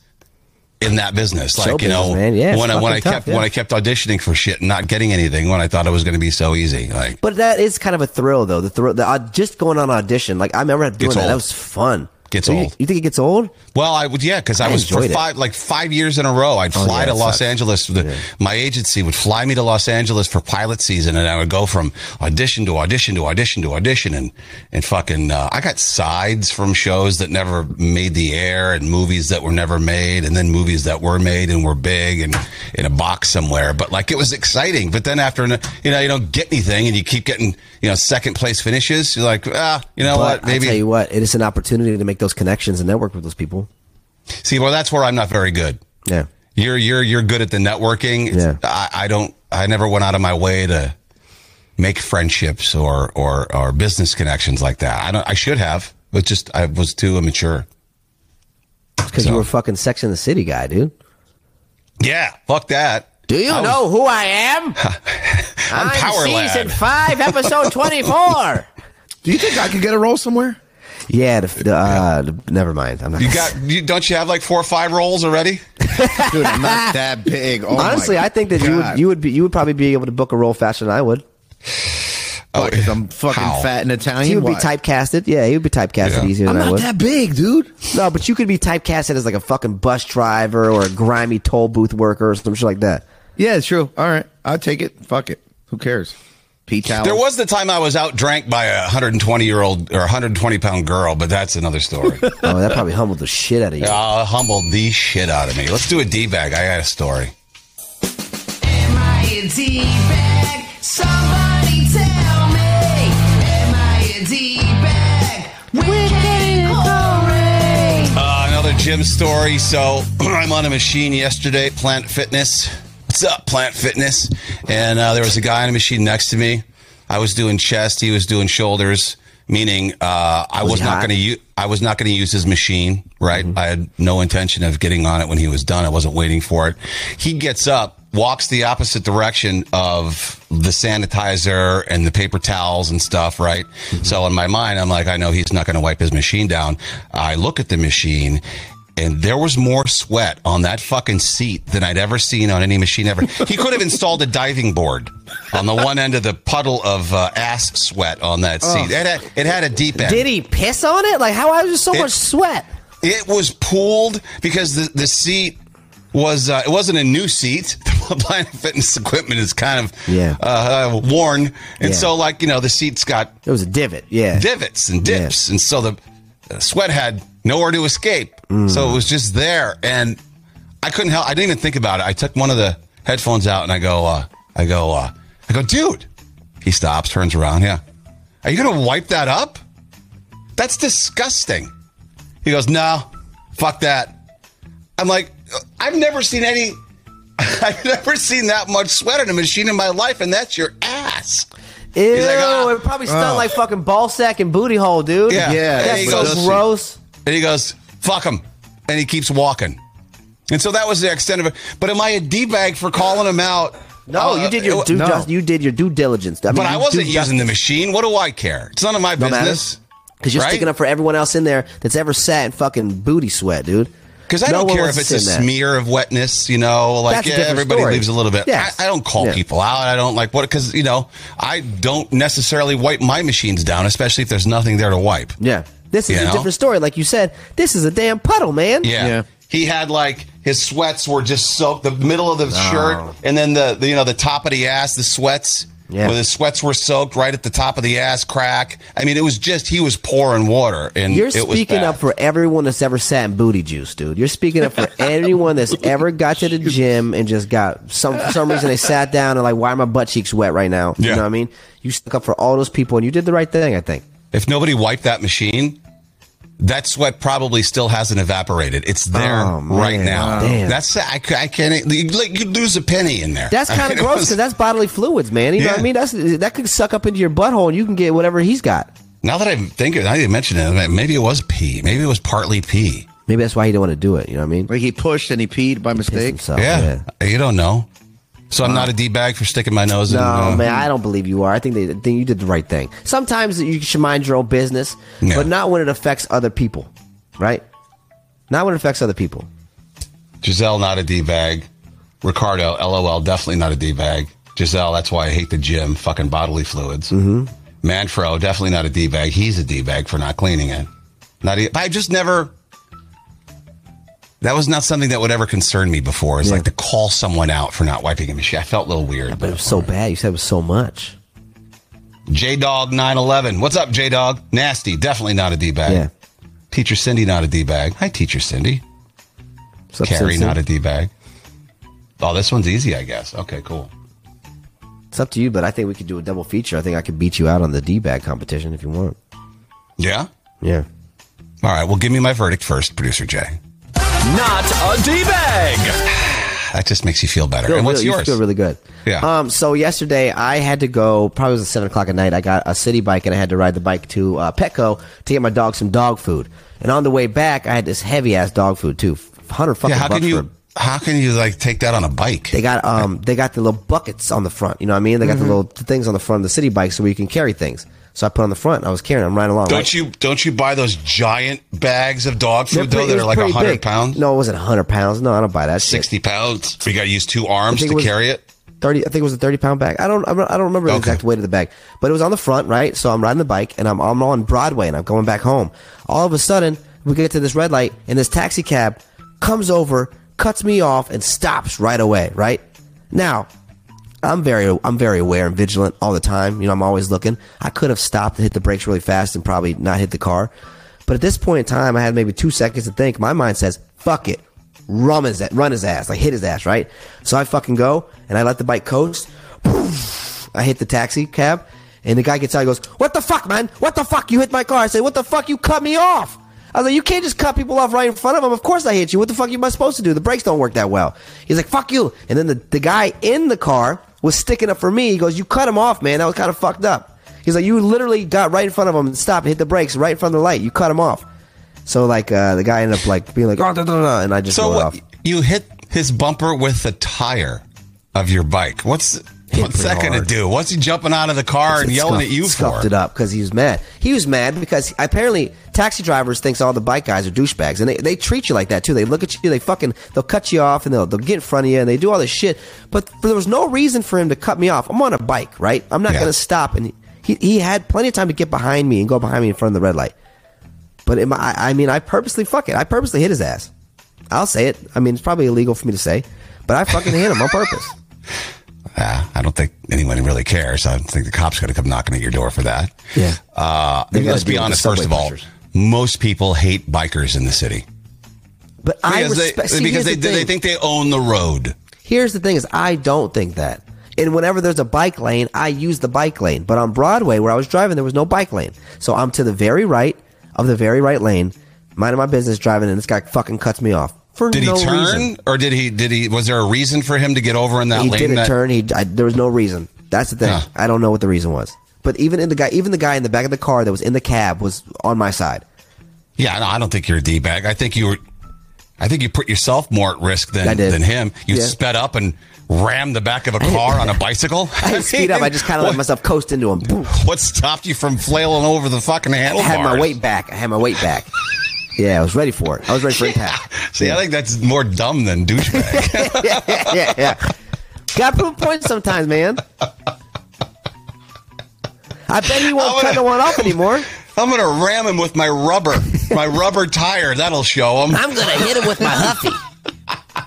Speaker 3: in that business. Like you know,
Speaker 4: business, man. Yeah, it's
Speaker 3: when I when
Speaker 4: fucking
Speaker 3: I
Speaker 4: tough,
Speaker 3: kept
Speaker 4: yeah.
Speaker 3: when I kept auditioning for shit and not getting anything when I thought it was going to be so easy. Like
Speaker 4: But that is kind of a thrill, though. The thrill, the, uh, just going on audition. Like I remember doing
Speaker 3: Gets
Speaker 4: that. That
Speaker 3: old.
Speaker 4: was fun.
Speaker 3: Gets
Speaker 4: you,
Speaker 3: old.
Speaker 4: You think it gets old?
Speaker 3: Well, I would, yeah, because I,
Speaker 4: I
Speaker 3: was for
Speaker 4: enjoyed it. Oh,
Speaker 3: five, like five years in a row. I'd fly
Speaker 4: yeah,
Speaker 3: to
Speaker 4: it
Speaker 3: Los
Speaker 4: sucks.
Speaker 3: Angeles. The, My agency would fly me to Los Angeles for pilot season, and I would go from audition to audition to audition to audition, and and fucking, uh, I got sides from shows that never made the air, and movies that were never made, and then movies that were made and were big and in a box somewhere. But like, it was exciting. But then after, an- you know, you don't get anything, and you keep getting, you know, second place finishes. You're like, ah, you know
Speaker 4: But
Speaker 3: what? Maybe
Speaker 4: I tell you what, it is an opportunity to make those connections and network with those people.
Speaker 3: see. Well, that's where I'm not very good.
Speaker 4: Yeah.
Speaker 3: you're you're you're good at the networking. It's-
Speaker 4: Yeah.
Speaker 3: I, I don't. I never went out of my way to make friendships or or or business connections like that. I don't. I should have, but just I was too immature.
Speaker 4: Because you were fucking Sex in the City guy, dude.
Speaker 3: Yeah, fuck that.
Speaker 4: Do you
Speaker 3: I was-
Speaker 4: know who I am?
Speaker 3: I'm, power
Speaker 4: season
Speaker 3: lad.
Speaker 4: five, episode twenty-four.
Speaker 6: Do you think I could get a role somewhere?
Speaker 4: yeah, the, the, uh, the- never mind. I'm not.
Speaker 3: You got? You, don't you have like four or five roles already?
Speaker 6: Dude, I'm not that big. Oh my
Speaker 4: Honestly, I think that you
Speaker 6: God.
Speaker 4: would you would be you would probably be able to book a role faster than I would.
Speaker 6: Why, 'cause I'm fucking
Speaker 3: How?
Speaker 6: fat and Italian.
Speaker 4: He would be
Speaker 6: Why?
Speaker 4: typecasted. Yeah, he would be typecasted
Speaker 3: Yeah.
Speaker 4: easier
Speaker 6: I'm
Speaker 4: than I
Speaker 6: not
Speaker 4: would.
Speaker 6: that big, dude.
Speaker 4: No, but you could be typecasted as like a fucking bus driver or a grimy toll booth worker or some shit like that.
Speaker 6: Yeah, it's true. All right, I'll take it. Fuck it. Who cares? Pete Towel.
Speaker 3: There was the time I was out drank by a 120 year old or 120 pound girl, but that's another story.
Speaker 4: Oh, that probably humbled the shit out of you.
Speaker 3: uh, humbled the shit out of me. Let's do a d bag. I got a story.
Speaker 9: Am I a D-bag? Somebody tell me. Am I a D-bag? Wicked Corey.
Speaker 3: Uh, another gym story. So I'm on a machine yesterday, Plant Fitness. What's up, Plant Fitness? And uh, there was a guy on a machine next to me. I was doing chest. He was doing shoulders. Meaning, uh, I was,
Speaker 4: he
Speaker 3: not
Speaker 4: hot?
Speaker 3: going to use. I was not going to use his machine. Right. I had no intention of getting on it when he was done. I wasn't waiting for it. He gets up, walks the opposite direction of the sanitizer and the paper towels and stuff. Right. So in my mind, I'm like, I know he's not going to wipe his machine down. I look at the machine and there was more sweat on that fucking seat than I'd ever seen on any machine ever. He could have installed a diving board on the one end of the puddle of uh, ass sweat on that seat. It had, it had a deep end.
Speaker 4: Did he piss on it? Like how? Why was there so
Speaker 3: It-
Speaker 4: much sweat?
Speaker 3: It was pooled because the, the seat was uh, it wasn't a new seat. The blind fitness equipment is kind of
Speaker 4: Yeah.
Speaker 3: uh, worn, and
Speaker 4: Yeah.
Speaker 3: so like you know the seat's got
Speaker 4: It was a divot. Yeah.
Speaker 3: divots and dips, and so the the sweat had nowhere to escape. So it was just there, and I couldn't help. I didn't even think about it. I took one of the headphones out, and I go, uh, I go, uh, I go, dude. He stops, turns around. Yeah, are you gonna wipe that up? That's disgusting. He goes, no, fuck that. I'm like, I've never seen any. I've never seen that much sweat in a machine in my life, and that's your ass.
Speaker 4: Ew.
Speaker 3: like, ah.
Speaker 4: it probably smelled
Speaker 6: Oh.
Speaker 4: like fucking ball sack and booty hole, dude.
Speaker 3: Yeah.
Speaker 6: Yeah,
Speaker 4: That's
Speaker 3: it
Speaker 4: so
Speaker 3: does.
Speaker 4: gross.
Speaker 3: And he goes, fuck him. And he keeps walking. And so that was the extent of it. But am I a D bag for calling him out?
Speaker 4: No,
Speaker 3: Uh,
Speaker 4: you did your
Speaker 3: it-
Speaker 4: due
Speaker 6: no.
Speaker 4: just, you did your due diligence. I mean,
Speaker 3: But I wasn't using the machine. What do I care? It's none of my
Speaker 4: No matter.
Speaker 3: business.
Speaker 4: because you're
Speaker 3: right?
Speaker 4: sticking up for everyone else in there that's ever sat in fucking booty sweat, dude.
Speaker 3: Because I
Speaker 4: No
Speaker 3: don't
Speaker 4: one
Speaker 3: care if
Speaker 4: wants to
Speaker 3: it's a
Speaker 4: sit in that.
Speaker 3: smear of wetness, you know, like
Speaker 4: That's a
Speaker 3: yeah,
Speaker 4: different
Speaker 3: everybody
Speaker 4: story.
Speaker 3: leaves a little bit.
Speaker 4: Yes.
Speaker 3: I, I don't call
Speaker 4: Yeah.
Speaker 3: people out. I don't like what, because, you know, I don't necessarily wipe my machines down, especially if there's nothing there to wipe.
Speaker 4: Yeah, this is
Speaker 3: You
Speaker 4: a
Speaker 3: know?
Speaker 4: different story. Like you said, this is a damn puddle, man.
Speaker 3: Yeah.
Speaker 6: Yeah.
Speaker 3: He had like his sweats were just soaked the middle of the shirt and then the, the you know the top of the ass the sweats
Speaker 4: Yeah.
Speaker 3: where the sweats were soaked right at the top of the ass crack. I mean it was just he was pouring water and
Speaker 4: You're
Speaker 3: it was
Speaker 4: speaking
Speaker 3: bad.
Speaker 4: up for everyone that's ever sat in booty juice, dude. You're speaking up for anyone that's ever got to the gym and just got some for some reason they sat down and like, why are my butt cheeks wet right now? You
Speaker 3: Yeah.
Speaker 4: know what I mean? You stuck up for all those people and you did the right thing, I think.
Speaker 3: if nobody wiped that machine that sweat probably still hasn't evaporated. It's there
Speaker 4: Oh, man.
Speaker 3: right now.
Speaker 4: Damn.
Speaker 3: That's I, c- I can't you- like you lose a penny in there.
Speaker 4: That's
Speaker 3: I
Speaker 4: kind of
Speaker 3: mean, it
Speaker 4: gross
Speaker 3: was-
Speaker 4: because that's bodily fluids, man. You know what I
Speaker 3: Yeah.
Speaker 4: mean? That's that could suck up into your butthole and you can get whatever he's got.
Speaker 3: now that I think of it, I didn't mention it. like, Maybe it was pee. Maybe it was partly pee.
Speaker 4: Maybe that's why he didn't want to do it. You know what I mean?
Speaker 6: Like he pushed and he peed by
Speaker 4: Piss
Speaker 6: mistake.
Speaker 4: himself,
Speaker 3: yeah. You don't know. So I'm not a D bag for sticking my nose
Speaker 4: No,
Speaker 3: in. uh,
Speaker 4: man, I don't believe you are. I think they I think you did the right thing. Sometimes you should mind your own business,
Speaker 3: Yeah.
Speaker 4: but not when it affects other people, right? Not when it affects other people.
Speaker 3: Giselle, not a D bag. Ricardo, LOL, definitely not a D bag. Giselle, that's why I hate the gym. Fucking bodily fluids. Mm-hmm. Manfro, definitely not a D bag. He's a D bag for not cleaning it. Not. E- I just never. That was not something that would ever concern me before. It's like to call someone out for not wiping a machine. I felt a little weird.
Speaker 4: But it was so bad. You said it was so much.
Speaker 3: J Dog 911. What's up, J Dog? Nasty. Definitely not a D bag.
Speaker 4: Yeah.
Speaker 3: Teacher Cindy, not a D bag. Hi, Teacher Cindy.
Speaker 4: So
Speaker 3: Carrie, not a D bag. Oh, this one's easy, I guess. Okay, cool.
Speaker 4: It's up to you, but I think we could do a double feature. I think I could beat you out on the D bag competition if you want.
Speaker 3: Yeah?
Speaker 4: Yeah.
Speaker 3: All right, well, give me my verdict first, producer Jay.
Speaker 10: Not a D bag.
Speaker 3: That just makes you feel better. and what's
Speaker 4: really,
Speaker 3: yours?
Speaker 4: You feel really good.
Speaker 3: Yeah.
Speaker 4: Um. So yesterday I had to go. Probably was at seven o'clock at night. I got a city bike and I had to ride the bike to uh, Petco to get my dog some dog food. And on the way back, I had this heavy ass dog food too. Hundred fucking
Speaker 3: yeah, how
Speaker 4: bucks
Speaker 3: can
Speaker 4: for
Speaker 3: you how can you like take that on a bike?
Speaker 4: they got um they got the little buckets on the front. You know what I mean? They got
Speaker 3: Mm-hmm.
Speaker 4: the little things on the front of the city bike so where you can carry things. So I put on the front. and I was carrying. I'm riding along.
Speaker 3: don't
Speaker 4: right?
Speaker 3: you don't you buy those giant bags of dog food though
Speaker 4: pretty- it
Speaker 3: that
Speaker 4: was
Speaker 3: are like
Speaker 4: pretty
Speaker 3: hundred
Speaker 4: big.
Speaker 3: pounds?
Speaker 4: No, it wasn't hundred pounds. No, I don't buy that. shit.
Speaker 3: Sixty pounds. You gotta use two arms
Speaker 4: think
Speaker 3: to
Speaker 4: it was-
Speaker 3: carry it?
Speaker 4: 30 i think it was a 30 pound bag i don't i don't I don't remember the
Speaker 3: Okay.
Speaker 4: exact weight of the bag but it was on the front right so i'm riding the bike and i'm, I'm on broadway and i'm going back home all of a sudden we get to this red light and this taxi cab comes over cuts me off and stops right away right now I'm very I'm very aware and vigilant all the time. You know, I'm always looking. I could have stopped and hit the brakes really fast and probably not hit the car. But at this point in time, I had maybe two seconds to think. My mind says, "Fuck it, run his run his ass, like hit his ass, right?" So I fucking go and I let the bike coast. I hit the taxi cab, and the guy gets out. He goes, "What the fuck, man? What the fuck? You hit my car?" I say, "What the fuck? You cut me off." I was like, "You can't just cut people off right in front of them." Of course, I hit you. What the fuck am I supposed to do? The brakes don't work that well. He's like, "Fuck you!" And then the, the guy in the car was sticking up for me. He goes, "You cut him off, man. That was kind of fucked up." He's like, "You literally got right in front of him and stopped, and hit the brakes right in front of the light. You cut him off." So like uh, the guy ended up like being like, "Oh, da, da, da," and I just
Speaker 3: So
Speaker 4: rolled
Speaker 3: what,
Speaker 4: off.
Speaker 3: you hit his bumper with the tire of your bike. What's What's that going to do? What's he jumping out of the car and yelling
Speaker 4: Scuffed-
Speaker 3: at you for?
Speaker 4: Scuffed it up because he was mad. He was mad because apparently taxi drivers thinks all the bike guys are douchebags, and they, they treat you like that too. They look at you, they fucking they'll cut you off, and they'll they'll get in front of you, and they do all this shit. But there was no reason for him to cut me off. I'm on a bike, right? I'm not going to stop, and he he had plenty of time to get behind me and go behind me in front of the red light. But am I, I mean, I purposely fuck it. I purposely hit his ass. I'll say it. I mean, it's probably illegal for me to say, but I fucking hit him on purpose.
Speaker 3: Ah, I don't think anyone really cares. I don't think the cops going to come knocking at your door for that.
Speaker 4: Yeah.
Speaker 3: Uh,
Speaker 4: They gotta
Speaker 3: let's be
Speaker 4: deal with
Speaker 3: honest.
Speaker 4: the
Speaker 3: First
Speaker 4: subway
Speaker 3: of all,
Speaker 4: punchers.
Speaker 3: most people hate bikers in the city
Speaker 4: But I
Speaker 3: because they-
Speaker 4: respect see, here's
Speaker 3: because they
Speaker 4: the
Speaker 3: they
Speaker 4: thing.
Speaker 3: think they own the road.
Speaker 4: Here's the thing: is I don't think that. And whenever there's a bike lane, I use the bike lane. But on Broadway, where I was driving, there was no bike lane, so I'm to the very right of the very right lane, minding my business driving, and this guy fucking cuts me off for
Speaker 3: Did
Speaker 4: no
Speaker 3: he turn
Speaker 4: reason.
Speaker 3: or did he did he was there a reason for him to get over in that
Speaker 4: he
Speaker 3: lane?
Speaker 4: didn't
Speaker 3: that-
Speaker 4: turn. He I, there was no reason. That's the thing.
Speaker 3: Huh.
Speaker 4: I don't know what the reason was. But even in the guy, even the guy in the back of the car that was in the cab was on my side.
Speaker 3: Yeah, no, I don't think you're a d bag. I think you were. I think you put yourself more at risk
Speaker 4: I
Speaker 3: than
Speaker 4: did.
Speaker 3: than him. You
Speaker 4: Yeah.
Speaker 3: sped up and rammed the back of a car on a bicycle.
Speaker 4: I didn't speed up. I just kind of let
Speaker 3: What-
Speaker 4: myself coast into him. Boom.
Speaker 3: What stopped you from flailing over the fucking
Speaker 4: I
Speaker 3: handlebars?
Speaker 4: had my weight back. I had my weight back. yeah, I was ready for it. I was ready for impact.
Speaker 3: See, I think that's more dumb than douchebag.
Speaker 4: yeah, yeah, yeah. Got to prove points sometimes, man. I bet he won't cut no one off anymore.
Speaker 3: I'm gonna ram him with my rubber, my rubber tire. That'll show him.
Speaker 4: I'm gonna hit him with my huffy.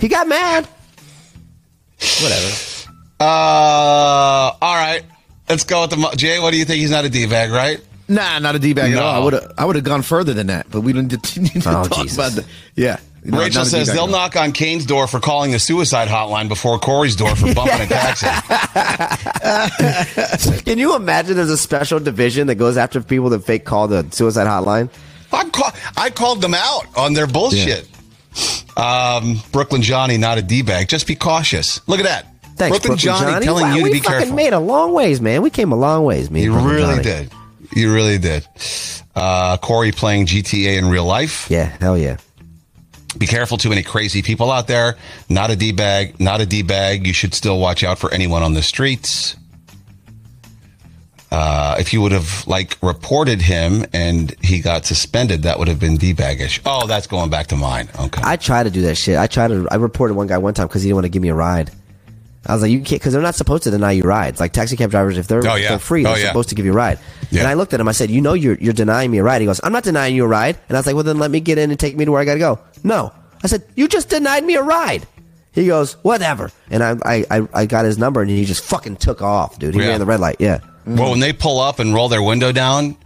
Speaker 4: He got mad. Whatever.
Speaker 3: Uh, all right, let's go with the mo- Jay. What do you think? He's not a d bag, right?
Speaker 6: Nah, not a d bag
Speaker 3: No.
Speaker 6: at all. I would have I would have gone further than that, but we didn't need to
Speaker 4: Oh,
Speaker 6: talk
Speaker 4: Jesus.
Speaker 6: about that. Yeah, No,
Speaker 3: Rachel
Speaker 6: not a
Speaker 3: says
Speaker 6: D-bag
Speaker 3: they'll
Speaker 6: at all.
Speaker 3: knock on Kane's door for calling the suicide hotline before Corey's door for bumping a taxi.
Speaker 4: Can you imagine there's a special division that goes after people that fake call the suicide hotline?
Speaker 3: I'm call- I called them out on their bullshit. Um, Brooklyn Johnny, not a d bag. Just be cautious. Look at that.
Speaker 4: Thanks, Brooklyn, Johnny,
Speaker 3: telling
Speaker 4: Wow,
Speaker 3: you to
Speaker 4: we
Speaker 3: be
Speaker 4: fucking
Speaker 3: careful.
Speaker 4: made a long ways, man. We came a long ways, man.
Speaker 3: you
Speaker 4: Brooklyn
Speaker 3: really
Speaker 4: Johnny.
Speaker 3: did. You really did. Uh, Corey playing GTA in real life.
Speaker 4: Yeah, hell yeah.
Speaker 3: Be careful too many crazy people out there. Not a d bag. Not a d bag. You should still watch out for anyone on the streets. Uh, if you would have like reported him and he got suspended, that would have been d baggish. Oh, that's going back to mine. Okay.
Speaker 4: I try to do that shit. I try to. I reported one guy one time because he didn't want to give me a ride. I was like, you can't, because they're not supposed to deny you rides. Like taxi cab drivers, if they're,
Speaker 3: Oh,
Speaker 4: if
Speaker 3: yeah.
Speaker 4: they're free,
Speaker 3: Oh,
Speaker 4: they're
Speaker 3: yeah.
Speaker 4: supposed to give you a ride.
Speaker 3: Yeah.
Speaker 4: And I looked at him, I said, you know, you're, you're denying me a ride. He goes, I'm not denying you a ride. And I was like, well, then let me get in and take me to where I got to go. No. I said, you just denied me a ride. He goes, whatever. And I, I, I, I got his number and he just fucking took off, dude. He
Speaker 3: Yeah.
Speaker 4: ran the red light. Yeah.
Speaker 3: Well, when they pull up and roll their window down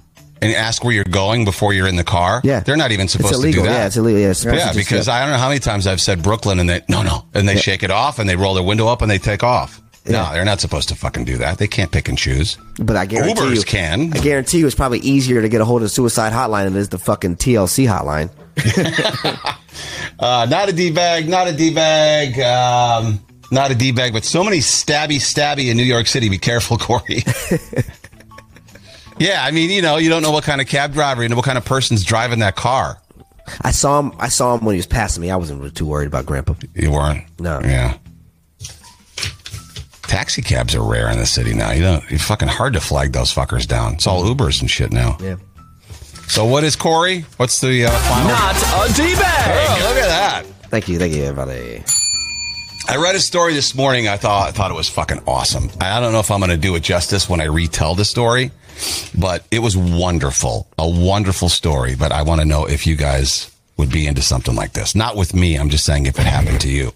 Speaker 3: and ask where you're going before you're in the car,
Speaker 4: Yeah.
Speaker 3: they're not even supposed
Speaker 4: It's
Speaker 3: to
Speaker 4: illegal.
Speaker 3: do that.
Speaker 4: Yeah, it's illegal. Yeah, it's supposed
Speaker 3: Yeah,
Speaker 4: to just-
Speaker 3: because I don't know how many times I've said Brooklyn and they, no, no, and they shake it off and they roll their window up and they take off. No, they're not supposed to fucking do that. They can't pick and choose.
Speaker 4: But I guarantee
Speaker 3: Ubers
Speaker 4: you,
Speaker 3: can.
Speaker 4: I guarantee you, it's probably easier to get a hold of the suicide hotline than it is the fucking TLC hotline.
Speaker 3: Uh, not a D bag, not a D bag, um, not a D bag, but so many stabby, stabby in New York City. Be careful, Corey. yeah, I mean, you know, you don't know what kind of cab driver, you know, what kind of person's driving that car.
Speaker 4: I saw him. I saw him when he was passing me. I wasn't really too worried about Grandpa.
Speaker 3: You weren't?
Speaker 4: No.
Speaker 3: Yeah. Taxi cabs are rare in the city now. You know, it's fucking hard to flag those fuckers down. It's all Ubers and shit now.
Speaker 4: Yeah.
Speaker 3: So what is Corey? What's the uh, final?
Speaker 10: Not a D
Speaker 3: Oh,
Speaker 10: bag.
Speaker 3: look at that.
Speaker 4: Thank you. Thank you, everybody.
Speaker 3: I read a story this morning. I thought I thought it was fucking awesome. I don't know if I'm going to do it justice when I retell the story, but it was wonderful, a wonderful story. But I want to know if you guys would be into something like this. Not with me. I'm just saying if it happened to you.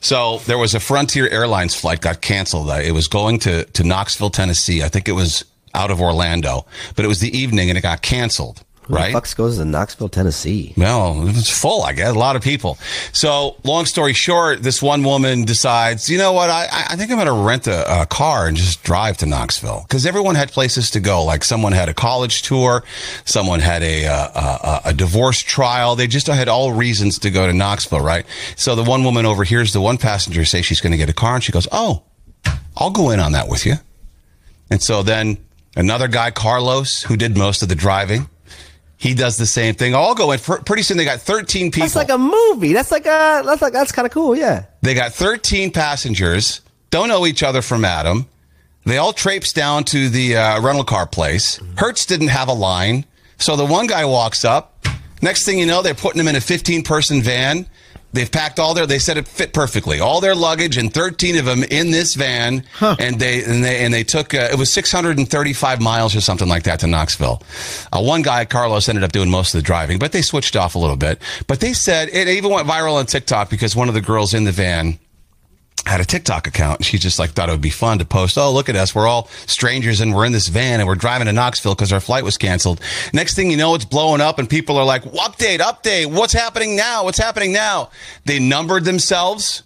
Speaker 3: So there was a Frontier Airlines flight got canceled. Uh, It was going to to Knoxville, Tennessee. I think it was out of Orlando, but it was the evening and it got canceled. Right?
Speaker 4: Fucks goes to Knoxville, Tennessee.
Speaker 3: Well, it's full, I guess. A lot of people. So, long story short, this one woman decides, you know what? I, I think I'm going to rent a, a car and just drive to Knoxville because everyone had places to go. Like someone had a college tour, someone had a, uh, a, a divorce trial. They just had all reasons to go to Knoxville, right? So, the one woman overhears the one passenger say she's going to get a car and she goes, Oh, I'll go in on that with you. And so then another guy, Carlos, who did most of the driving, he does the same thing. I'll go in. Pr- Pretty soon they got 13 people.
Speaker 4: That's like a movie. That's like a. That's like that's kind of cool. Yeah.
Speaker 3: they got 13 passengers don't know each other from Adam. They all traipse down to the uh, rental car place. Hertz didn't have a line. So the one guy walks up. Next thing you know, they're putting him in a 15 person van. They've packed all their, they said it fit perfectly, all their luggage and 13 of them in this van. And they, and they, and they took, uh, it was 635 miles or something like that to Knoxville. Uh, one guy, Carlos, ended up doing most of the driving, but they switched off a little bit. But they said it even went viral on TikTok because one of the girls in the van, had a TikTok account. and She just like thought it would be fun to post. Oh, look at us. We're all strangers and we're in this van and we're driving to Knoxville because our flight was canceled. Next thing you know, it's blowing up and people are like, update, update. What's happening now? What's happening now? They numbered themselves.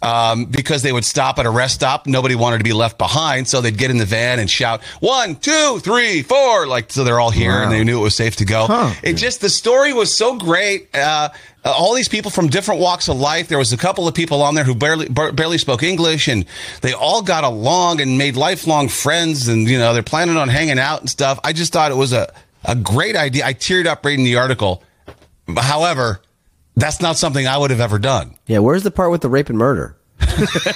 Speaker 3: Um, because they would stop at a rest stop. Nobody wanted to be left behind. So they'd get in the van and shout, one, two, three, four. Like, so they're all here and they knew it was safe to go. It just, the story was so great. Uh, uh, all these people from different walks of life. There was a couple of people on there who barely bar- barely spoke English, and they all got along and made lifelong friends. And you know, they're planning on hanging out and stuff. I just thought it was a a great idea. I teared up reading the article. However, that's not something I would have ever done.
Speaker 4: Yeah, where's the part with the rape and murder? that,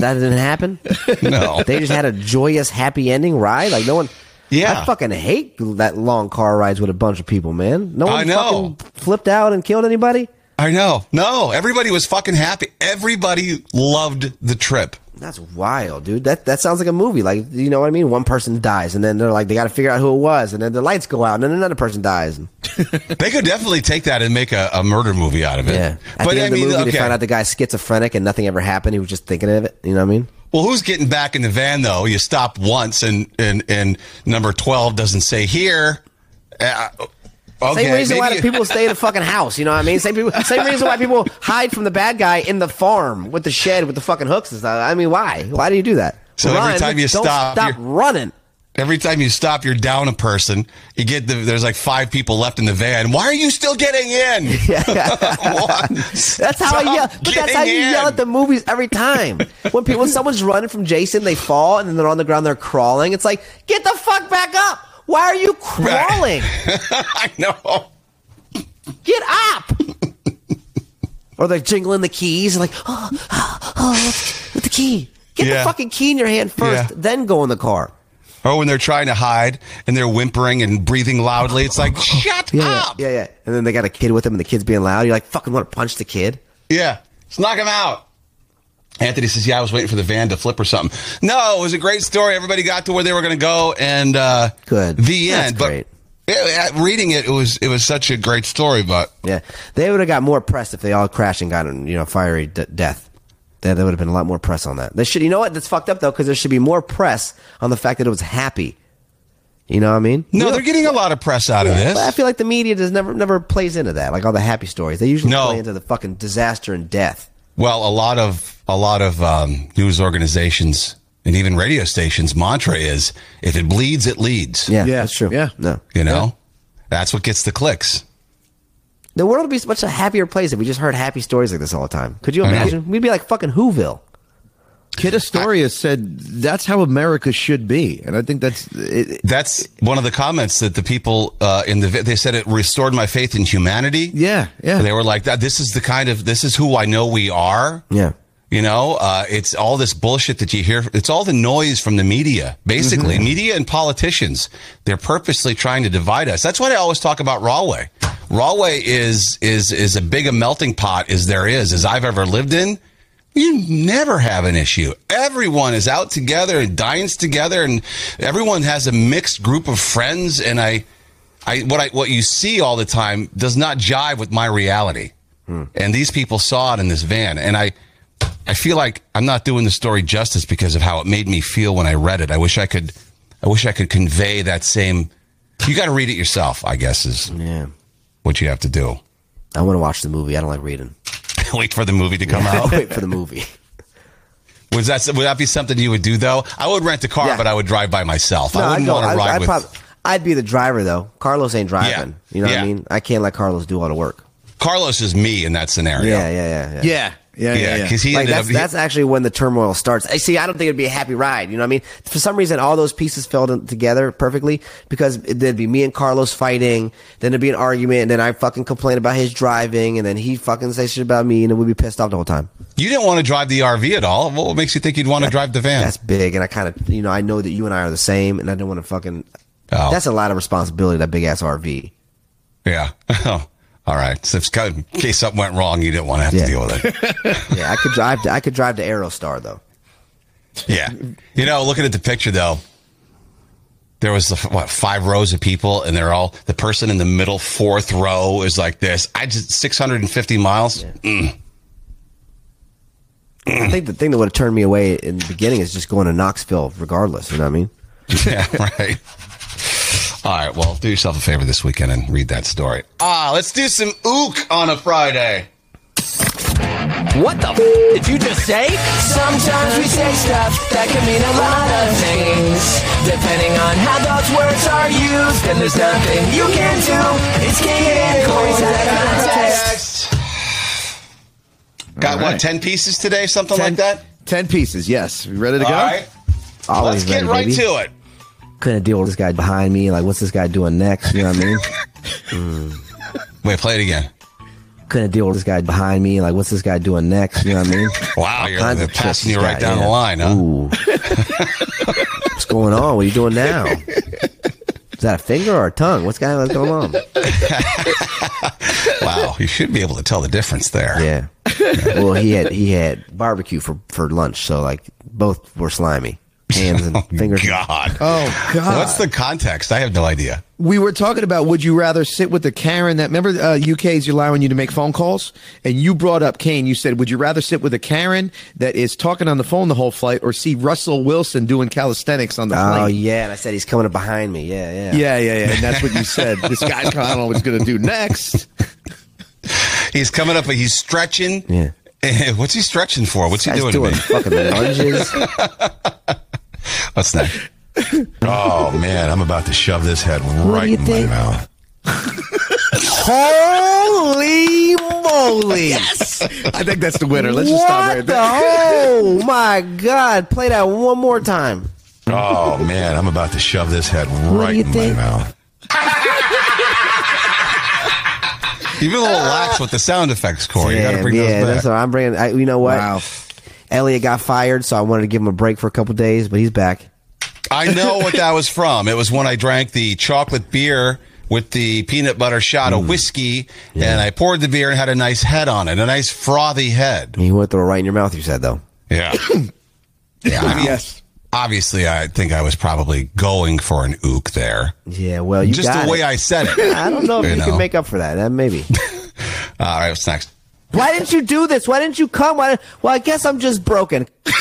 Speaker 4: that didn't happen.
Speaker 3: No.
Speaker 4: they just had a joyous, happy ending ride. Like no one.
Speaker 3: Yeah.
Speaker 4: I fucking hate that long car rides with a bunch of people, man. No one
Speaker 3: I know.
Speaker 4: fucking flipped out and killed anybody.
Speaker 3: I know. No, everybody was fucking happy. Everybody loved the trip.
Speaker 4: That's wild, dude. That that sounds like a movie. Like you know what I mean? One person dies, and then they're like, they got to figure out who it was, and then the lights go out, and then another person dies.
Speaker 3: They could definitely take that and make a, a murder movie out of it.
Speaker 4: Yeah. At
Speaker 3: But
Speaker 4: the end of
Speaker 3: I
Speaker 4: the
Speaker 3: mean,
Speaker 4: movie,
Speaker 3: okay.
Speaker 4: they find out the guy's schizophrenic, and nothing ever happened. He was just thinking of it. You know what I mean?
Speaker 3: Well, who's getting back in the van though? You stop once, and and and number twelve doesn't say here. Uh, okay,
Speaker 4: same reason why
Speaker 3: maybe-
Speaker 4: the people stay in the fucking house. You know what I mean? Same people, same reason why people hide from the bad guy in the farm with the shed with the fucking hooks and stuff. I mean, why? Why do you do that?
Speaker 3: So every time you
Speaker 4: don't
Speaker 3: stop,
Speaker 4: stop
Speaker 3: you're-
Speaker 4: running.
Speaker 3: Every time you stop, you're down a person. You get the, there's like five people left in the van. Why are you still getting in?
Speaker 4: That's how I yell. But that's how you yell at the movies every time. when people, when someone's running from Jason, they fall and then they're on the ground. They're crawling. It's like, get the fuck back up. Why are you crawling?
Speaker 3: I know.
Speaker 4: Get up. or they're jingling the keys and like, oh, oh, oh, with the key. Get
Speaker 3: Yeah.
Speaker 4: the fucking key in your hand first,
Speaker 3: Yeah.
Speaker 4: then go in the car.
Speaker 3: Or Oh, when they're trying to hide and they're whimpering and breathing loudly, it's like shut
Speaker 4: Yeah, yeah,
Speaker 3: up.
Speaker 4: yeah, yeah. And then they got a kid with them, and the kid's being loud. You're like, fucking want to punch the kid?
Speaker 3: Yeah. Let's knock him out. Anthony says, Yeah, I was waiting for the van to flip or something. No, it was a great story. Everybody got to where they were going to go. And uh,
Speaker 4: Good.
Speaker 3: The
Speaker 4: That's
Speaker 3: end.
Speaker 4: great.
Speaker 3: But yeah, yeah, reading it, it was it was such a great story. But
Speaker 4: Yeah, they would have got more press if they all crashed and got in, you know, fiery d- death. There, there would have been a lot more press on that. There should, you know what? That's fucked up though, because there should be more press on the fact that it was happy. You know what I mean?
Speaker 3: no, they're getting a lot of press out of
Speaker 4: But I
Speaker 3: this.
Speaker 4: feel like the media does never never plays into that. Like all the happy stories, they usually
Speaker 3: No.
Speaker 4: play into the fucking disaster and death.
Speaker 3: Well, a lot of a lot of um, news organizations and even radio stations mantra is if it bleeds, it leads.
Speaker 4: Yeah,
Speaker 6: Yeah,
Speaker 4: that's true.
Speaker 6: yeah.
Speaker 4: no,
Speaker 3: You know, that's what gets the clicks.
Speaker 4: the world would be such a happier place if we just heard happy stories like this all the time. Could you
Speaker 3: I know.
Speaker 4: imagine? We'd be like fucking Whoville.
Speaker 6: Kid Astoria said that's how America should be, and I think that's it, it-
Speaker 3: That's one of the comments that the people uh, in the vi- they said it restored my faith in humanity.
Speaker 6: yeah, yeah.
Speaker 3: They were like that. This is the kind of this is who I know we are.
Speaker 4: Yeah.
Speaker 3: You know, uh, it's all this bullshit that you hear. It's all the noise from the media, basically. Media and politicians. They're purposely trying to divide us. That's why I always talk about Rahway. Rahway is is is a big a melting pot as there is, as I've ever lived in. You never have an issue. Everyone is out together and dines together, and everyone has a mixed group of friends. And I, I what I what you see all the time does not jive with my reality. And these people saw it in this van, and I, I feel like I'm not doing the story justice because of how it made me feel when I read it. I wish I could, I wish I could convey that same. You got to read it yourself, I guess, is
Speaker 4: Yeah,
Speaker 3: what you have to do.
Speaker 4: I want to watch the movie. I don't like reading.
Speaker 3: Wait for the movie to come
Speaker 4: I'll
Speaker 3: out.
Speaker 4: wait for the movie.
Speaker 3: Was that would that be something you would do though? I would rent a car,
Speaker 4: Yeah.
Speaker 3: but I would drive by myself. I wouldn't
Speaker 4: I'd go-
Speaker 3: want to
Speaker 4: I'd-
Speaker 3: ride
Speaker 4: I'd
Speaker 3: with.
Speaker 4: prob- I'd be the driver though. Carlos ain't driving.
Speaker 3: Yeah.
Speaker 4: You know what
Speaker 3: Yeah.
Speaker 4: I mean? I can't let Carlos do all the work.
Speaker 3: Carlos is me in that scenario.
Speaker 4: Yeah, yeah, yeah, yeah.
Speaker 6: yeah, yeah, yeah,
Speaker 3: yeah,
Speaker 6: yeah.
Speaker 3: because he
Speaker 4: Like
Speaker 3: ended
Speaker 4: that's
Speaker 3: up.
Speaker 4: that's actually when the turmoil starts. I see. I don't think it'd be a happy ride. You know what I mean? For some reason, all those pieces fell in- together perfectly because it- there'd be me and Carlos fighting, then there'd be an argument, and then I fucking complain about his driving, and then he fucking say shit about me, and then we'd be pissed off the whole time.
Speaker 3: You didn't want to drive the RV at all. What makes you think you'd want to drive the van?
Speaker 4: That's big, and I kind of, you know, I know that you and I are the same, and I don't want to fucking.
Speaker 3: Oh.
Speaker 4: That's a lot of responsibility. That big ass RV.
Speaker 3: Yeah. Oh, all right. So if, in case something went wrong, you didn't want to have
Speaker 4: Yeah.
Speaker 3: to deal with it.
Speaker 4: yeah, I could drive. To, I could drive to Aerostar though.
Speaker 3: Yeah. You know, looking at the picture though, there was the, what five rows of people, and they're all the person in the middle fourth row is like this. I just 650 miles. Mm.
Speaker 4: I think the thing that would have turned me away in the beginning is just going to Knoxville, regardless. You know what I mean?
Speaker 3: Yeah. right. All right. Well, do yourself a favor this weekend and read that story. Ah, let's do some ook on a Friday.
Speaker 2: What the f- did you just say?
Speaker 9: Sometimes we say stuff that can mean a lot of things. Depending on how those words are used, and there's nothing you can do. It's Kagan and Corey's out of context.
Speaker 3: Got
Speaker 6: All
Speaker 3: what?
Speaker 6: right.
Speaker 3: Ten pieces today, something like that.
Speaker 6: Ten pieces. Yes. You ready to
Speaker 3: All
Speaker 6: go?
Speaker 3: right.
Speaker 4: Always
Speaker 3: Let's get
Speaker 4: ready,
Speaker 3: right
Speaker 4: baby.
Speaker 3: to it.
Speaker 4: Couldn't deal with this guy behind me. Like, what's this guy doing next? You know what I mean?
Speaker 3: Wait, play it again.
Speaker 4: Couldn't deal with this guy behind me. Like, what's this guy doing next? You know what I mean?
Speaker 3: Wow,
Speaker 4: All
Speaker 3: you're
Speaker 4: kinds
Speaker 3: they're
Speaker 4: of tricks
Speaker 3: passing you
Speaker 4: he's got,
Speaker 3: right down the
Speaker 4: yeah.
Speaker 3: line, huh?
Speaker 4: Ooh. what's going on? What are you doing now? Is that a finger or a tongue? What's going what's going on?
Speaker 3: Wow, you should be able to tell the difference there.
Speaker 4: Yeah. Well, he had he had barbecue for for lunch, so like both were slimy hands and fingers.
Speaker 3: God.
Speaker 6: Oh God.
Speaker 3: What's the context? I have no idea.
Speaker 6: we were talking about would you rather sit with a Karen that remember uh, UK is allowing you to make phone calls and you brought up Kane you said would you rather sit with a Karen that is talking on the phone the whole flight or see Russell Wilson doing calisthenics on the
Speaker 4: Oh
Speaker 6: plane
Speaker 4: yeah, and I said he's coming up behind me. Yeah, yeah.
Speaker 6: yeah yeah yeah and that's what you said this guy's kind of know what he's gonna do next
Speaker 3: He's coming up, but he's stretching.
Speaker 4: Yeah.
Speaker 3: Eh, What's he stretching for? What's he
Speaker 4: Guy's
Speaker 3: doing,
Speaker 4: doing
Speaker 3: to me?
Speaker 4: fucking lunges.
Speaker 3: What's that? Oh man, I'm about to shove this head right
Speaker 4: you
Speaker 3: in
Speaker 4: think?
Speaker 3: my mouth.
Speaker 4: Holy moly!
Speaker 6: I think that's the winner let's just stop right
Speaker 4: What the?
Speaker 6: there
Speaker 4: Oh my god! Play that one more time.
Speaker 3: Oh man, I'm about to shove this head
Speaker 4: do
Speaker 3: right
Speaker 4: you
Speaker 3: in
Speaker 4: think?
Speaker 3: my mouth. You've been a little lax with the sound effects, Corey. you gotta
Speaker 4: Damn,
Speaker 3: bring
Speaker 4: yeah,
Speaker 3: those
Speaker 4: that's
Speaker 3: back.
Speaker 4: what I'm bringing. I, you know what?
Speaker 6: Wow.
Speaker 4: Elliot got fired, so I wanted to give him a break for a couple days, but he's back.
Speaker 3: I know what that was from. It was when I drank the chocolate beer with the peanut butter shot of whiskey, and I poured the beer and had a nice head on it, a nice frothy head.
Speaker 4: He went through it right in your mouth. You said though.
Speaker 3: Yeah. yeah I mean,
Speaker 6: yes
Speaker 3: Obviously, I think I was probably going for an ook there.
Speaker 4: Yeah. Well, you
Speaker 3: Just
Speaker 4: got
Speaker 3: the way
Speaker 4: it.
Speaker 3: I said it.
Speaker 4: I don't know if
Speaker 3: You
Speaker 4: you,
Speaker 3: know.
Speaker 4: can make up for that. Uh, maybe.
Speaker 3: All right, what's next?
Speaker 4: Why didn't you do this? Why didn't you come? Why, well, I guess I'm just broken.
Speaker 3: That's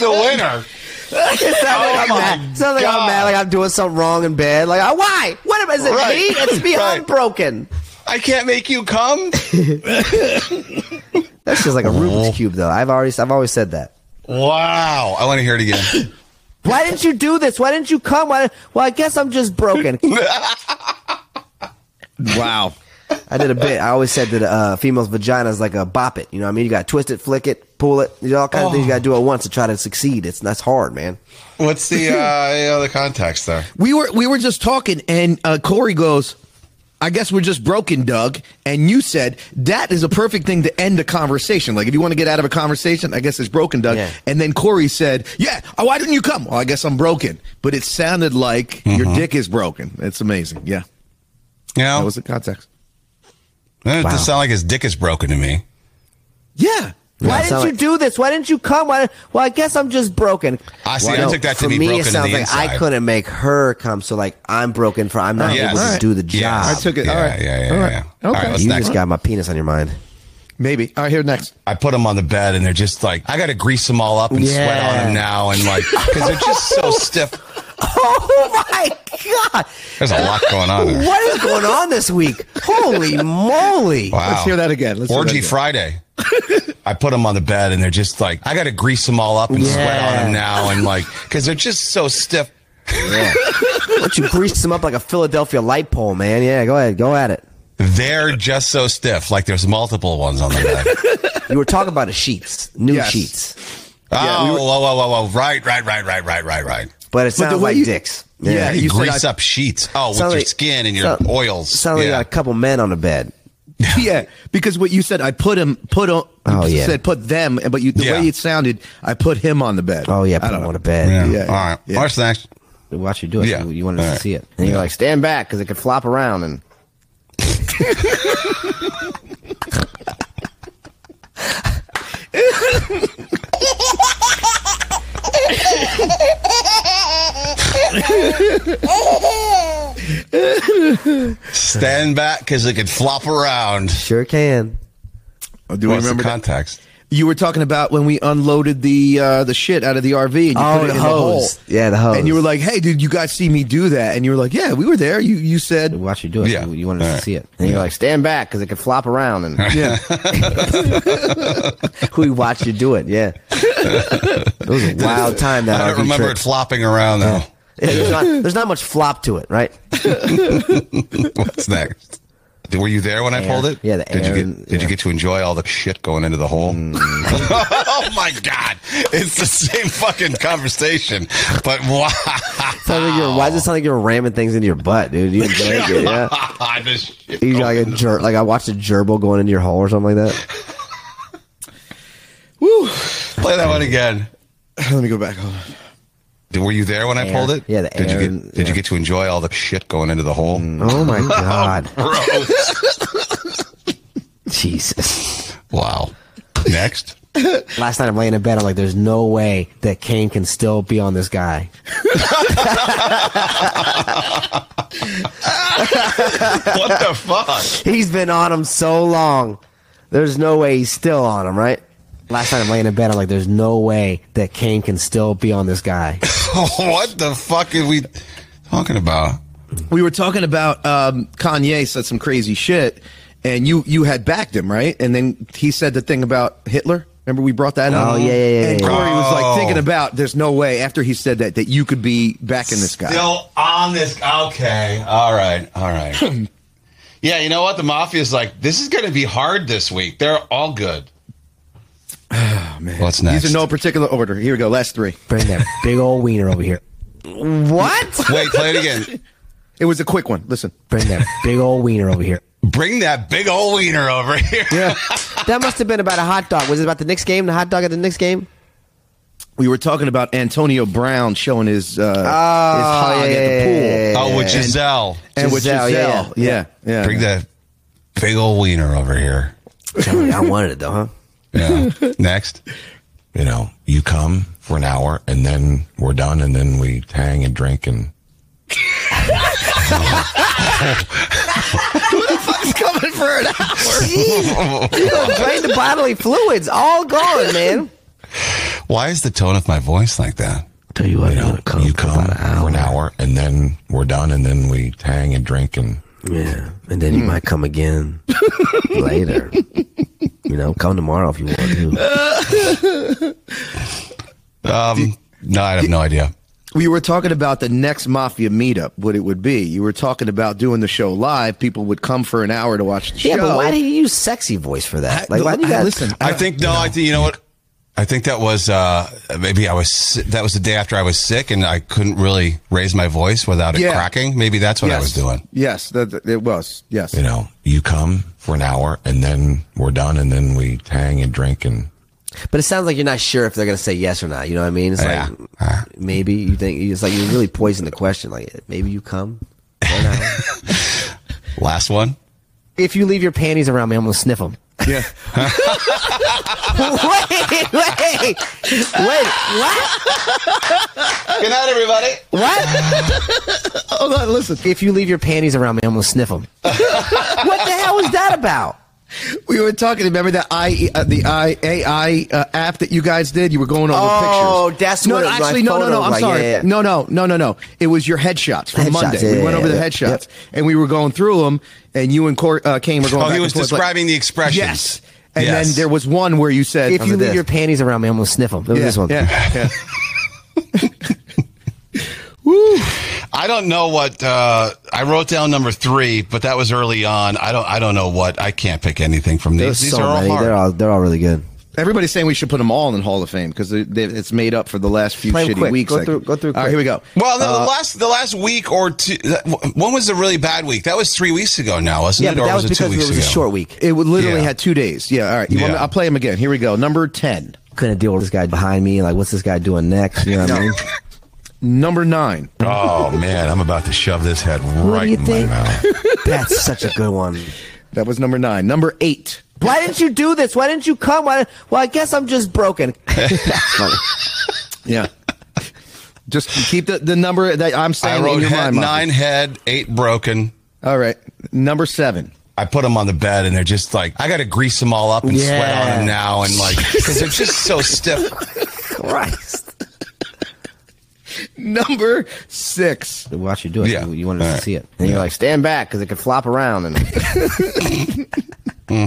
Speaker 3: the winner.
Speaker 4: It sounds like I'm
Speaker 3: Oh my
Speaker 4: mad. It sounds like
Speaker 3: God.
Speaker 4: I'm mad. Like I'm doing something wrong in bed. Like I- why? What am- is it?
Speaker 3: Right.
Speaker 4: Me? It's me.
Speaker 3: Right.
Speaker 4: I'm broken.
Speaker 3: I can't make you come.
Speaker 4: That's just like a
Speaker 3: Oh.
Speaker 4: Rubik's cube, though. I've already I've always said that.
Speaker 3: Wow. I want to hear it again.
Speaker 4: Why didn't you do this? Why didn't you come? Why, well, I guess I'm just broken.
Speaker 6: wow
Speaker 4: I did a bit. I always said that uh, female's vagina is like a bop it. You know what I mean? You got to twist it, flick it, pull it. You know, all kinds of things you got to do at once to try to succeed. It's that's hard, man.
Speaker 3: What's the uh, you know, the context there?
Speaker 6: we were we were just talking and uh, Corey goes I guess we're just broken, Doug. And you said that is a perfect thing to end a conversation. Like if you want to get out of a conversation, I guess it's broken, Doug.
Speaker 4: Yeah.
Speaker 6: And then Corey said, "Yeah, oh, why didn't you come?" Well, I guess I'm broken. But it sounded like your dick is broken. It's amazing. Yeah,
Speaker 3: You
Speaker 6: that
Speaker 3: know,
Speaker 6: was the context.
Speaker 3: it
Speaker 4: Wow.
Speaker 3: does sound like his dick is broken to me.
Speaker 6: Yeah.
Speaker 4: Why sound didn't you like-
Speaker 1: Do this. Why didn't you come? Why, well, I guess I'm just broken.
Speaker 3: I see.
Speaker 4: Well,
Speaker 3: I
Speaker 4: no,
Speaker 3: took that
Speaker 4: for
Speaker 3: to be
Speaker 4: me,
Speaker 3: broken
Speaker 4: it
Speaker 3: to
Speaker 4: sounds
Speaker 3: the
Speaker 4: like
Speaker 3: inside.
Speaker 4: I couldn't make her come, so like I'm broken for I'm not
Speaker 3: Yes.
Speaker 4: able to
Speaker 6: Alright.
Speaker 4: do the
Speaker 3: Yes.
Speaker 4: job.
Speaker 6: I took it.
Speaker 3: Yeah,
Speaker 6: All right.
Speaker 3: yeah, yeah,
Speaker 6: All
Speaker 3: yeah.
Speaker 6: right.
Speaker 3: All right,
Speaker 6: Okay.
Speaker 3: let's
Speaker 4: you
Speaker 3: next?
Speaker 4: just got my penis on your mind.
Speaker 6: Maybe. All right. Here next.
Speaker 3: I put them on the bed, and they're just like I got to grease them all up and sweat on
Speaker 4: Yeah.
Speaker 3: them now, and like because they're just so stiff.
Speaker 4: Oh my god!
Speaker 3: There's a lot going on. There.
Speaker 4: What is going on this week? Holy moly!
Speaker 3: Wow.
Speaker 6: Let's hear that again. Let's hear
Speaker 3: Orgy
Speaker 6: that again.
Speaker 3: Friday. I put them on the bed and they're just like, I got to grease them all up and sweat on
Speaker 4: Yeah.
Speaker 3: them now. And like, because they're just so stiff.
Speaker 4: Why don't you grease him up like a Philadelphia light pole, man? Yeah, go ahead, go at it.
Speaker 3: They're just so stiff. Like there's multiple ones on the bed.
Speaker 4: You were talking about the sheets, new
Speaker 6: Yes.
Speaker 4: sheets,
Speaker 3: oh, whoa, whoa, whoa, whoa. Right, right, right, right, right, right,
Speaker 4: but
Speaker 3: right.
Speaker 4: it
Speaker 6: But the
Speaker 4: sounds
Speaker 6: way
Speaker 4: like
Speaker 6: you-
Speaker 4: dicks.
Speaker 6: Yeah,
Speaker 3: You
Speaker 6: you said
Speaker 3: grease
Speaker 6: I-
Speaker 3: up sheets. Oh, with
Speaker 4: Sounds
Speaker 3: your
Speaker 4: like-
Speaker 3: skin and your
Speaker 4: sound-
Speaker 3: oils.
Speaker 4: Sounds like you
Speaker 3: Yeah.
Speaker 4: got a couple men on the bed.
Speaker 6: yeah, because what you said, I put him, put on.
Speaker 4: Oh,
Speaker 6: you
Speaker 4: yeah.
Speaker 6: said put them, but you, the
Speaker 3: Yeah.
Speaker 6: way it sounded, I put him on the bed.
Speaker 4: Oh yeah,
Speaker 6: I
Speaker 4: put
Speaker 6: don't
Speaker 4: him
Speaker 6: know.
Speaker 4: on a bed.
Speaker 6: Yeah.
Speaker 3: All right.
Speaker 6: Yeah.
Speaker 3: Watch the next.
Speaker 4: They watch you do it.
Speaker 3: Yeah.
Speaker 4: You, you wanted
Speaker 3: All
Speaker 4: to
Speaker 3: right.
Speaker 4: see it, and you're like, stand back because it could flop around. And
Speaker 3: Stand back because it could flop around.
Speaker 4: sure can.
Speaker 6: Oh, Do we
Speaker 3: What's
Speaker 6: remember
Speaker 3: the
Speaker 6: that?
Speaker 3: context?
Speaker 6: You were talking about when we unloaded the uh, the shit out of the RV. And you
Speaker 4: Oh,
Speaker 6: put it
Speaker 4: the
Speaker 6: in
Speaker 4: hose.
Speaker 6: hole.
Speaker 4: Yeah, the hose.
Speaker 6: And you were like, "Hey, dude, you guys see me do that?" And you were like, "Yeah, we were there." You you said,
Speaker 4: They watch you do it.
Speaker 3: Yeah.
Speaker 4: You, you wanted
Speaker 3: All
Speaker 4: to
Speaker 3: right.
Speaker 4: see it, and you're like, stand back because it could flop around. And
Speaker 6: "Yeah."
Speaker 4: we watched you do it. Yeah, it was a wild time. That
Speaker 3: I
Speaker 4: RV
Speaker 3: don't remember
Speaker 4: trip.
Speaker 3: it flopping around though.
Speaker 4: Yeah, there's, not, there's not much flop to it, right?
Speaker 3: What's next? Were you there when I pulled it?
Speaker 4: Yeah, Mm. the
Speaker 3: did
Speaker 4: air
Speaker 3: you
Speaker 4: and-
Speaker 3: get, did you get to enjoy all the shit going into the hole? oh my god, it's the same fucking conversation. But wow,
Speaker 4: Sounds like you're, why does it sound like you're ramming things into your butt, dude? You enjoy it, yeah?
Speaker 3: This shit
Speaker 4: You
Speaker 3: going
Speaker 4: like a
Speaker 3: into the-
Speaker 4: ger- like I watched a gerbil going into your hole or something like that.
Speaker 3: Play that one again.
Speaker 6: Let me go back. Hold on.
Speaker 3: Were you there when I pulled it?
Speaker 4: Yeah, the
Speaker 3: did you
Speaker 4: air
Speaker 3: get
Speaker 4: and-
Speaker 3: did
Speaker 4: yeah.
Speaker 3: you get to enjoy all the shit going into the hole?
Speaker 4: Oh my god,
Speaker 3: Gross.
Speaker 4: Jesus!
Speaker 3: wow. Next.
Speaker 4: Last night I'm laying in bed. I'm like, there's no way that Kane can still be on this guy.
Speaker 3: What the fuck?
Speaker 4: He's been on him so long. There's no way he's still on him, right? Last night I'm laying in bed. I'm like, there's no way that Kane can still be on this guy.
Speaker 3: what the fuck are we talking about?
Speaker 6: We were talking about um, Kanye said some crazy shit, and you you had backed him right, and then he said the thing about Hitler. Remember we brought that up?
Speaker 4: Oh, yeah, yeah, yeah,
Speaker 6: And
Speaker 4: yeah, yeah.
Speaker 6: Corey was
Speaker 3: Oh.
Speaker 6: like thinking about there's no way after he said that that you could be backing this guy.
Speaker 3: Still on this. Okay. All right. All right. yeah, you know what? The mafia's like, this is going to be hard this week. They're all good. Oh, man. What's next?
Speaker 6: These are no particular order. Here we go. Last three.
Speaker 4: Bring that big old wiener over here. What?
Speaker 3: Wait, play it again.
Speaker 6: It was a quick one. Listen.
Speaker 4: Bring that big old wiener over here.
Speaker 3: Bring that big old wiener over here.
Speaker 6: Yeah.
Speaker 4: That must have been about a hot dog. Was it about the Knicks game? The hot dog at the Knicks game?
Speaker 6: we were talking about Antonio Brown showing his uh, his hog
Speaker 4: Ah, yeah,
Speaker 6: at the
Speaker 4: yeah,
Speaker 6: pool,
Speaker 4: yeah,
Speaker 3: Oh, with Giselle.
Speaker 6: and with
Speaker 4: Giselle,
Speaker 6: Giselle.
Speaker 4: yeah,
Speaker 6: Yeah, yeah.
Speaker 3: Bring that big old wiener over here.
Speaker 4: Tell me, I wanted it though, huh?
Speaker 3: Yeah. next.
Speaker 2: You know, you come for an hour and then we're done and then we hang and drink and.
Speaker 6: coming for an
Speaker 4: Drain the bodily fluids, all gone, man.
Speaker 3: Why is the tone of my voice like that?
Speaker 4: Tell you what,
Speaker 2: You know, you come for an hour and then we're done and then we hang and drink and.
Speaker 4: Yeah, and then you might come again later. You know, come tomorrow if you want to.
Speaker 3: Um, no, I have no idea.
Speaker 6: we were talking about the next mafia meetup, what it would be. You were talking about doing the show live. People would come for an hour to watch the
Speaker 4: Yeah,
Speaker 6: show.
Speaker 4: but why did you use sexy voice for that? Like, why do you guys
Speaker 6: listen?
Speaker 3: I think no. I think you know what. I think that was uh, maybe I was si- that was the day after I was sick and I couldn't really raise my voice without it
Speaker 6: Yeah.
Speaker 3: cracking. Maybe that's what
Speaker 6: yes.
Speaker 3: I was doing.
Speaker 6: Yes, that, that- it was. Yes.
Speaker 2: You know, you come for an hour and then we're done and then we hang and drink and.
Speaker 4: But it sounds like you're not sure if they're gonna say yes or not. You know what I mean? It's
Speaker 3: Yeah.
Speaker 4: like maybe you think it's like you really poison the question. Like maybe you come. or not.
Speaker 3: Last one.
Speaker 4: if you leave your panties around me, I'm gonna sniff them.
Speaker 6: Yeah.
Speaker 4: wait, wait, wait! What?
Speaker 3: Good night, everybody.
Speaker 4: What?
Speaker 6: Hold on, Oh, listen.
Speaker 4: if you leave your panties around me, I'm gonna sniff them. what the hell is that about?
Speaker 6: We were talking. Remember that I uh, the I AI uh, app that you guys did? You were going over
Speaker 4: Oh,
Speaker 6: pictures.
Speaker 4: that's
Speaker 6: no,
Speaker 4: what
Speaker 6: no,
Speaker 4: my
Speaker 6: actually, no, no,
Speaker 4: photo
Speaker 6: no. I'm
Speaker 4: was like,
Speaker 6: sorry.
Speaker 4: yeah, yeah.
Speaker 6: No, no, no, no, no. It was your headshots from
Speaker 4: Headshots,
Speaker 6: Monday.
Speaker 4: yeah,
Speaker 6: we went
Speaker 4: yeah,
Speaker 6: over the
Speaker 4: yeah,
Speaker 6: headshots,
Speaker 4: yep.
Speaker 6: and we were going through them. And you and Cor- uh, Kane were going.
Speaker 3: Oh,
Speaker 6: back
Speaker 3: he
Speaker 6: and
Speaker 3: was
Speaker 6: forth, like-
Speaker 3: describing the expressions.
Speaker 6: Yes. And
Speaker 3: Yes.
Speaker 6: then there was one where you said,
Speaker 4: If you leave
Speaker 6: this.
Speaker 4: your panties around me, I'm gonna sniff them. It was
Speaker 6: yeah,
Speaker 4: this one.
Speaker 6: yeah, yeah.
Speaker 3: I don't know what uh, I wrote down number three, but that was early on. I don't. I don't know what. I can't pick anything from these.
Speaker 4: There's
Speaker 3: These
Speaker 4: so
Speaker 3: are all
Speaker 4: many.
Speaker 3: hard.
Speaker 4: They're all they're all really good.
Speaker 6: Everybody's saying we should put them all in Hall of Fame because it's made up for the last few
Speaker 4: Play 'em
Speaker 6: shitty
Speaker 4: quick.
Speaker 6: weeks.
Speaker 4: Go
Speaker 6: like-
Speaker 4: through- go through
Speaker 6: All right,
Speaker 4: quick.
Speaker 6: here we go.
Speaker 3: Well, no,
Speaker 6: Uh,
Speaker 3: the last the last week or two. that- When was the really bad week? That was three weeks ago now, wasn't
Speaker 4: Yeah,
Speaker 3: it?
Speaker 4: but
Speaker 3: or
Speaker 4: that was
Speaker 3: it
Speaker 4: because
Speaker 3: two
Speaker 4: it
Speaker 3: weeks
Speaker 4: was a
Speaker 3: ago?
Speaker 4: short week.
Speaker 6: it would literally
Speaker 3: Yeah.
Speaker 6: had two days. Yeah. All right. You want
Speaker 3: Yeah.
Speaker 6: I'll play him again. Here we go. Number ten.
Speaker 4: Couldn't deal with this guy behind me. Like, what's this guy doing next? You know what I mean?
Speaker 6: Number nine.
Speaker 2: Oh man, I'm about to shove this head right
Speaker 4: you
Speaker 2: in
Speaker 4: think?
Speaker 2: my mouth.
Speaker 4: That's such a good one.
Speaker 6: That was number nine. Number eight.
Speaker 1: Why didn't you do this? Why didn't you come? Why, well, I guess I'm just broken.
Speaker 6: Yeah. Just keep the, the number that I'm
Speaker 3: I
Speaker 6: saying in
Speaker 3: wrote
Speaker 6: your
Speaker 3: head,
Speaker 6: mind. Monty.
Speaker 3: nine head, eight broken.
Speaker 6: All right. Number seven.
Speaker 3: I put them on the bed and they're just like, I got to grease them all up and sweat on them now. And like, because they're just so stiff.
Speaker 4: Christ.
Speaker 6: Number six.
Speaker 4: Watch you do it.
Speaker 3: Yeah.
Speaker 4: You, you wanted us
Speaker 3: All
Speaker 4: to
Speaker 3: right.
Speaker 4: see it. And you're like, stand back because it could flop around. And
Speaker 3: Hmm.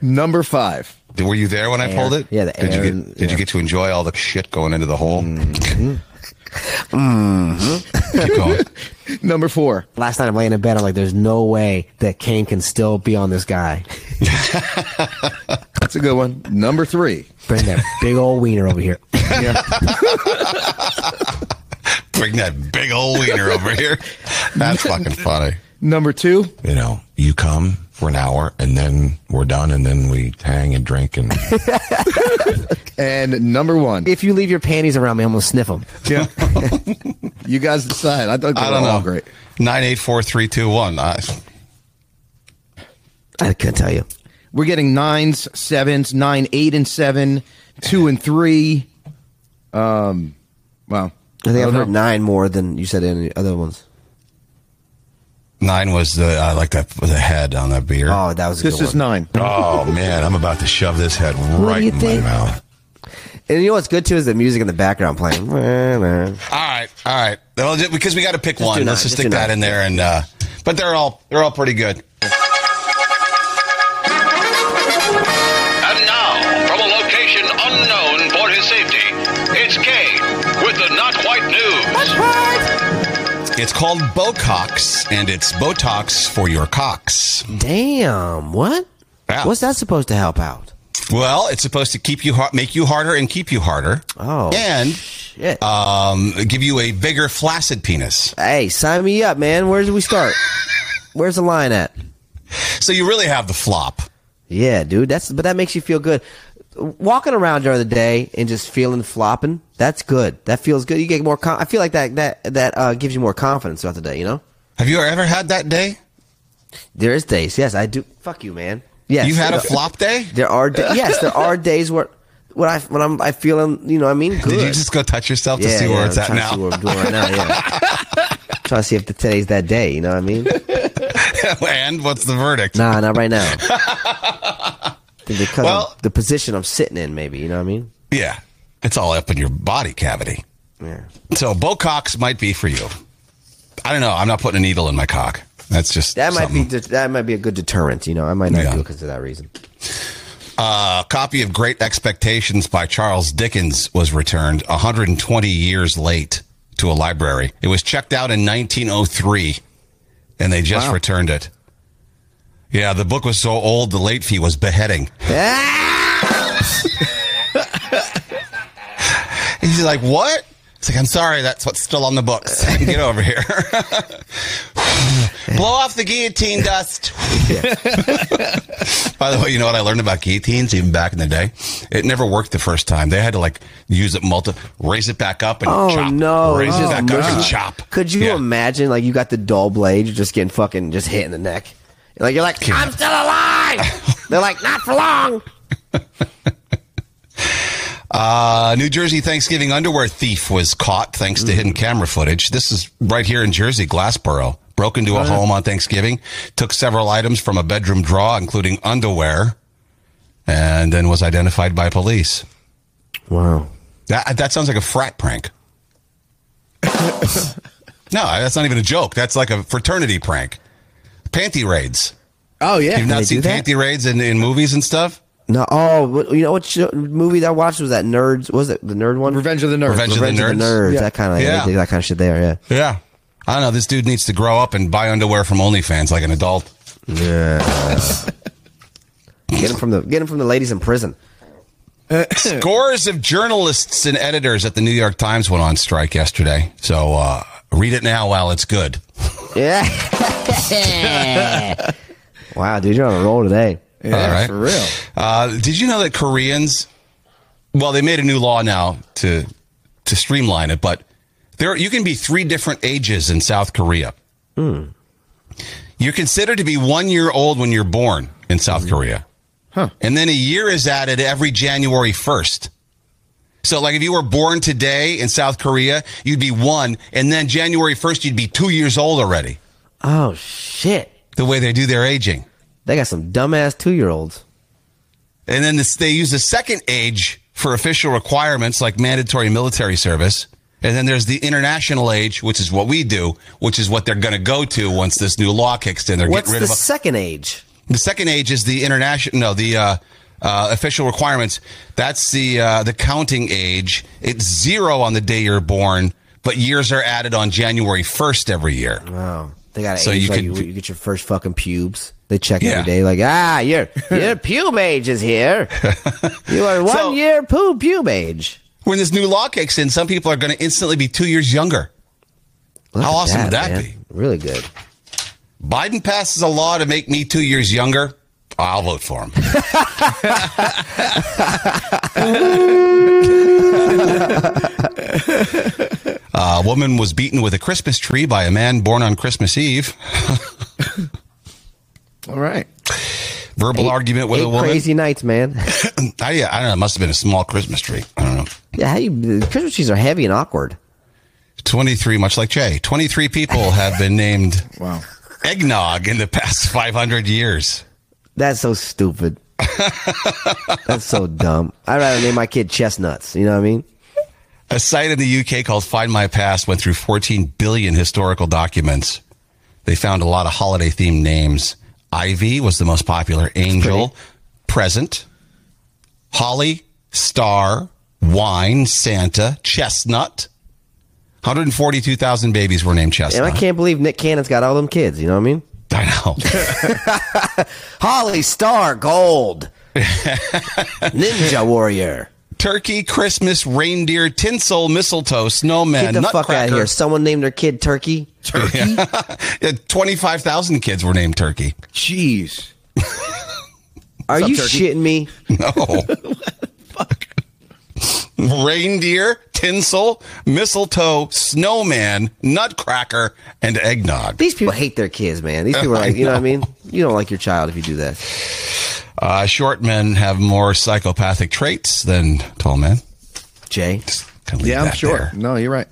Speaker 6: Number five.
Speaker 3: Were you there when I pulled it?
Speaker 4: Yeah, Mm-hmm. the
Speaker 3: Did you
Speaker 4: air
Speaker 3: get,
Speaker 4: and-
Speaker 3: did you get to enjoy all the shit going into the hole? Mm-hmm. Keep going.
Speaker 6: Number four.
Speaker 4: last night I'm laying in bed. I'm like, there's no way that Kane can still be on this guy.
Speaker 6: That's a good one. Number three.
Speaker 4: Bring that big old wiener over here.
Speaker 6: Yeah.
Speaker 3: Bring that big old wiener over here. That's fucking funny.
Speaker 6: Number two.
Speaker 2: You know, you come for an hour and then we're done and then we hang and drink and
Speaker 6: And number one.
Speaker 4: If you leave your panties around me, I'm gonna sniff them.
Speaker 6: Yeah. you guys decide. I thought they
Speaker 3: I
Speaker 6: were
Speaker 3: don't
Speaker 6: all
Speaker 3: know.
Speaker 6: great.
Speaker 3: Nine eight four three two one. I,
Speaker 4: I couldn't tell you.
Speaker 6: We're getting nines, sevens, nine, eight, and seven, two and three. Um, wow.
Speaker 4: I think I've
Speaker 6: don't
Speaker 4: heard
Speaker 6: know.
Speaker 4: nine more than you said any other ones.
Speaker 3: nine was the I like that the head on that beer.
Speaker 4: Oh, that was a
Speaker 6: This
Speaker 4: good
Speaker 6: is
Speaker 4: one.
Speaker 6: nine.
Speaker 2: oh man, I'm about to shove this head right
Speaker 4: do you
Speaker 2: in
Speaker 4: think?
Speaker 2: my mouth.
Speaker 4: and you know what's good too is the music in the background playing. All
Speaker 3: All right, all right. Well, ju- because we got to pick one.
Speaker 4: do nine,
Speaker 3: Let's just
Speaker 4: just
Speaker 3: stick
Speaker 4: do
Speaker 3: that
Speaker 4: nine.
Speaker 3: in there, and uh, but they're all they're all pretty good.
Speaker 10: And now, from a location unknown for his safety, it's Kane with the Not White News.
Speaker 3: It's called Bocox, and it's Botox for your cocks.
Speaker 4: right. Damn. What?
Speaker 3: Yeah.
Speaker 4: What's that supposed to help out?
Speaker 3: Well, it's supposed to keep you har- make you harder and keep you harder.
Speaker 4: Oh,
Speaker 3: and
Speaker 4: shit.
Speaker 3: um, give you a bigger flaccid penis.
Speaker 4: Hey, sign me up, man. Where do we start? Where's the line at?
Speaker 3: So you really have the flop.
Speaker 4: Yeah, dude. That's but that makes you feel good. Walking around during the day and just feeling flopping, that's good. That feels good. You get more. Com- I feel like that that that uh, gives you more confidence throughout the day. You know,
Speaker 3: Have you ever had that day?
Speaker 4: there is days. Yes, I do. Fuck you, man. Yes,
Speaker 3: You've had a flop day.
Speaker 4: There are da- yes, there are days where when I when I'm I feeling you know what I mean good.
Speaker 3: Did you just go touch yourself to see where it's
Speaker 4: I'm trying To
Speaker 3: at
Speaker 4: see
Speaker 3: now?
Speaker 4: what I'm doing right now. Yeah. trying to see if the, today's that day. You know what I mean?
Speaker 3: and what's the verdict?
Speaker 4: Nah, not right now. Think because
Speaker 3: Well-
Speaker 4: of the position I'm sitting in, maybe. You know what I mean?
Speaker 3: Yeah, it's all up in your body cavity.
Speaker 4: Yeah.
Speaker 3: So Bocox might be for you. I don't know. I'm not putting a needle in my cock. That's just
Speaker 4: That might
Speaker 3: something.
Speaker 4: be de- that might be a good deterrent. You know, I might not
Speaker 3: Yeah.
Speaker 4: do it because of that reason.
Speaker 3: A copy of Great Expectations by Charles Dickens was returned 120 years late to a library. It was checked out in 1903, and they just returned it. Yeah, the book was so old, the late fee was beheading. He's like, "What?" It's like, "I'm sorry, that's what's still on the books. Get over here. Blow off the guillotine dust." By the way, you know what I learned about guillotines even back in the day? It never worked the first time. They had to like use it multi, raise it back up and
Speaker 4: Oh
Speaker 3: chop.
Speaker 4: no!
Speaker 3: raise
Speaker 4: it's
Speaker 3: it
Speaker 4: just
Speaker 3: back up and
Speaker 4: mushy.
Speaker 3: chop.
Speaker 4: Could you
Speaker 3: Yeah.
Speaker 4: imagine? Like you got the dull blade, you're just getting fucking just hit in the neck. Like you're like, I'm still alive. They're like, not for long.
Speaker 3: A New Jersey Thanksgiving underwear thief was caught thanks to hidden camera footage. This is right here in Jersey, Glassboro. Broke into a home on Thanksgiving, took several items from a bedroom drawer, including underwear, and then was identified by police.
Speaker 4: Wow.
Speaker 3: That, that sounds like a frat prank. no, that's not even a joke. That's like a fraternity prank. Panty raids.
Speaker 6: Oh, yeah.
Speaker 3: You've
Speaker 4: they
Speaker 3: not seen
Speaker 4: do that?
Speaker 3: panty raids in, in movies and stuff?
Speaker 4: No, oh, but you know what show, movie that I watched was that Nerds? Was it the Nerd one?
Speaker 6: Revenge of the Nerds.
Speaker 3: Revenge of the
Speaker 4: Revenge of the
Speaker 3: Nerds?
Speaker 4: Nerds.
Speaker 6: Yeah.
Speaker 4: That kind of
Speaker 3: Yeah.
Speaker 4: that kind of shit. There, yeah.
Speaker 3: Yeah. I don't know. This dude needs to grow up and buy underwear from OnlyFans like an adult.
Speaker 4: Get him from the get him from the ladies in prison.
Speaker 3: Scores of journalists and editors at the New York Times went on strike yesterday. So uh, read it now while it's good.
Speaker 4: Yeah. wow, dude, you're on a roll today.
Speaker 3: All right. Uh, did you know that Koreans? Well, they made a new law now to to streamline it, but there you can be three different ages in South Korea. You're considered to be one year old when you're born in South Korea,
Speaker 6: Huh.
Speaker 3: and then a year is added every January first. So, like, if you were born today in South Korea, you'd be one, and then January first, you'd be two years old already.
Speaker 4: Oh shit.
Speaker 3: The way they do their aging.
Speaker 4: They got some dumbass two year olds.
Speaker 3: And then this, they use the second age for official requirements like mandatory military service. And then there's the international age, which is what we do, which is what they're going to go to once this new law kicks in. They're
Speaker 4: What's
Speaker 3: getting
Speaker 4: the
Speaker 3: rid of
Speaker 4: second age?
Speaker 3: the second age is the international, no, the uh, uh, official requirements. That's the uh, the counting age. It's zero on the day you're born, but years are added on January 1st every year.
Speaker 4: Wow. They got
Speaker 3: Oh. So
Speaker 4: so age
Speaker 3: you
Speaker 4: you, like
Speaker 3: could-
Speaker 4: you, you get your first fucking pubes. They check
Speaker 3: Yeah.
Speaker 4: every day, like, ah, your your pube age is here. You are one
Speaker 3: So-
Speaker 4: year pube pube age.
Speaker 3: When this new law kicks in, some people are going to instantly be two years younger.
Speaker 4: Look
Speaker 3: How
Speaker 4: at
Speaker 3: awesome would that
Speaker 4: man.
Speaker 3: be?
Speaker 4: Really good.
Speaker 3: Biden passes a law to make me two years younger. I'll vote for him. a woman was beaten with a Christmas tree by a man born on Christmas Eve.
Speaker 6: All right.
Speaker 3: Verbal argument with
Speaker 4: Eight
Speaker 3: a woman.
Speaker 4: crazy nights, man.
Speaker 3: I, yeah, I don't know. It must have been a small Christmas tree. I don't know.
Speaker 4: yeah, how you Christmas trees are heavy and awkward.
Speaker 3: 23, much like Jay, 23 people have been named
Speaker 6: Wow.
Speaker 3: eggnog in the past 500 years.
Speaker 4: That's so stupid. That's so dumb. I'd rather name my kid chestnuts. You know what I mean?
Speaker 3: A site in the UK called Find My Past went through 14 billion historical documents. They found a lot of holiday themed names. Ivy was the most popular, angel, present, holly, star, wine, Santa, chestnut. 142,000 babies were named
Speaker 4: And
Speaker 3: chestnut.
Speaker 4: I can't believe Nick Cannon's got all them kids. You know what I mean?
Speaker 3: I know.
Speaker 4: Holly Star Gold, Ninja Warrior.
Speaker 3: Turkey, Christmas, reindeer, tinsel, mistletoe, snowman,
Speaker 4: Get the
Speaker 3: nutcracker.
Speaker 4: fuck out of here! Someone named their kid Turkey.
Speaker 3: Yeah, 25,000 kids were named Turkey.
Speaker 6: Jeez.
Speaker 4: Are
Speaker 6: up,
Speaker 4: you
Speaker 6: Turkey?
Speaker 4: shitting me?
Speaker 3: No. Reindeer, tinsel, mistletoe, snowman, nutcracker, and eggnog.
Speaker 4: These people hate their kids, man. These people are
Speaker 3: I
Speaker 4: like, you know what I mean? You don't like your child if you do that.
Speaker 3: Uh, short men have more psychopathic traits than tall men.
Speaker 4: Jay.
Speaker 3: Just gonna leave
Speaker 6: Yeah, I'm
Speaker 3: that
Speaker 6: sure.
Speaker 3: there.
Speaker 6: No, you're right.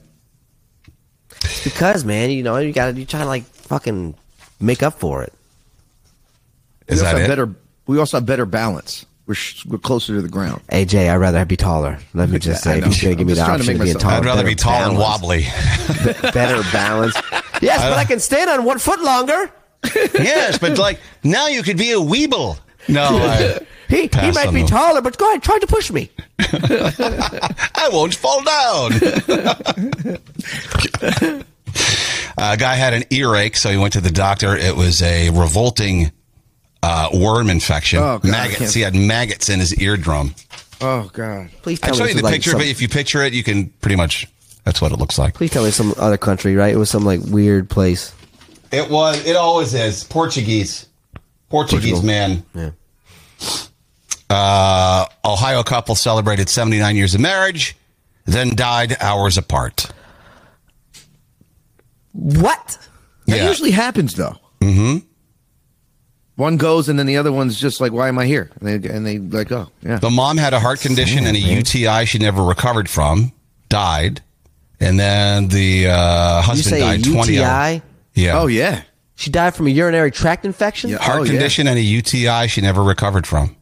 Speaker 4: It's because, man, you know, you gotta you try to like fucking make up for it.
Speaker 3: Is
Speaker 6: we also
Speaker 3: that
Speaker 6: have
Speaker 3: it?
Speaker 6: better we also have better balance. We're, sh- we're closer to the ground.
Speaker 4: Hey Jay, I'd rather be taller. Let me just
Speaker 6: Yeah, I
Speaker 4: say, if
Speaker 6: know.
Speaker 4: you're gonna give
Speaker 6: I'm
Speaker 4: me the
Speaker 6: just trying to
Speaker 4: option of
Speaker 6: make
Speaker 4: being
Speaker 6: myself-
Speaker 4: taller,
Speaker 3: I'd rather
Speaker 4: better
Speaker 3: be tall and
Speaker 4: balanced.
Speaker 3: wobbly.
Speaker 4: better balance. Yes, but I can stand on one foot longer.
Speaker 3: yes, but like now you could be a weeble. No, I,
Speaker 4: He he
Speaker 3: Pass
Speaker 4: might
Speaker 3: on
Speaker 4: be
Speaker 3: the-
Speaker 4: taller, but go ahead, try to push me.
Speaker 3: I won't fall down. a guy had an earache, so he went to the doctor. It was a revolting uh, worm infection.
Speaker 6: Oh, God, I
Speaker 3: maggots.
Speaker 6: can't-
Speaker 3: He had maggots in his eardrum.
Speaker 6: Oh God.
Speaker 4: Please tell
Speaker 3: I
Speaker 4: me
Speaker 3: show
Speaker 4: this
Speaker 3: you the
Speaker 4: is like
Speaker 3: picture,
Speaker 4: some-
Speaker 3: but if you picture it, you can pretty much. That's what it looks like.
Speaker 4: Please tell me some other country, right? It was some like weird place.
Speaker 3: It was. It always is Portuguese. Portuguese man.
Speaker 4: Yeah.
Speaker 3: Uh, Ohio couple celebrated 79 years of marriage, then died hours apart.
Speaker 4: What?
Speaker 6: That usually happens though. Mm-hmm. One goes and then the other one's just like, why am I here? And they and they like, oh yeah.
Speaker 3: The mom had a heart condition and a UTI she never recovered from, died, and then the uh,
Speaker 4: You
Speaker 3: husband
Speaker 4: say a
Speaker 3: died. Twenty. hours-
Speaker 4: UTI?
Speaker 3: Yeah.
Speaker 6: Oh yeah.
Speaker 4: She died from a urinary tract infection.
Speaker 6: Yeah.
Speaker 3: Heart
Speaker 6: Oh,
Speaker 3: condition and a UTI she never recovered from.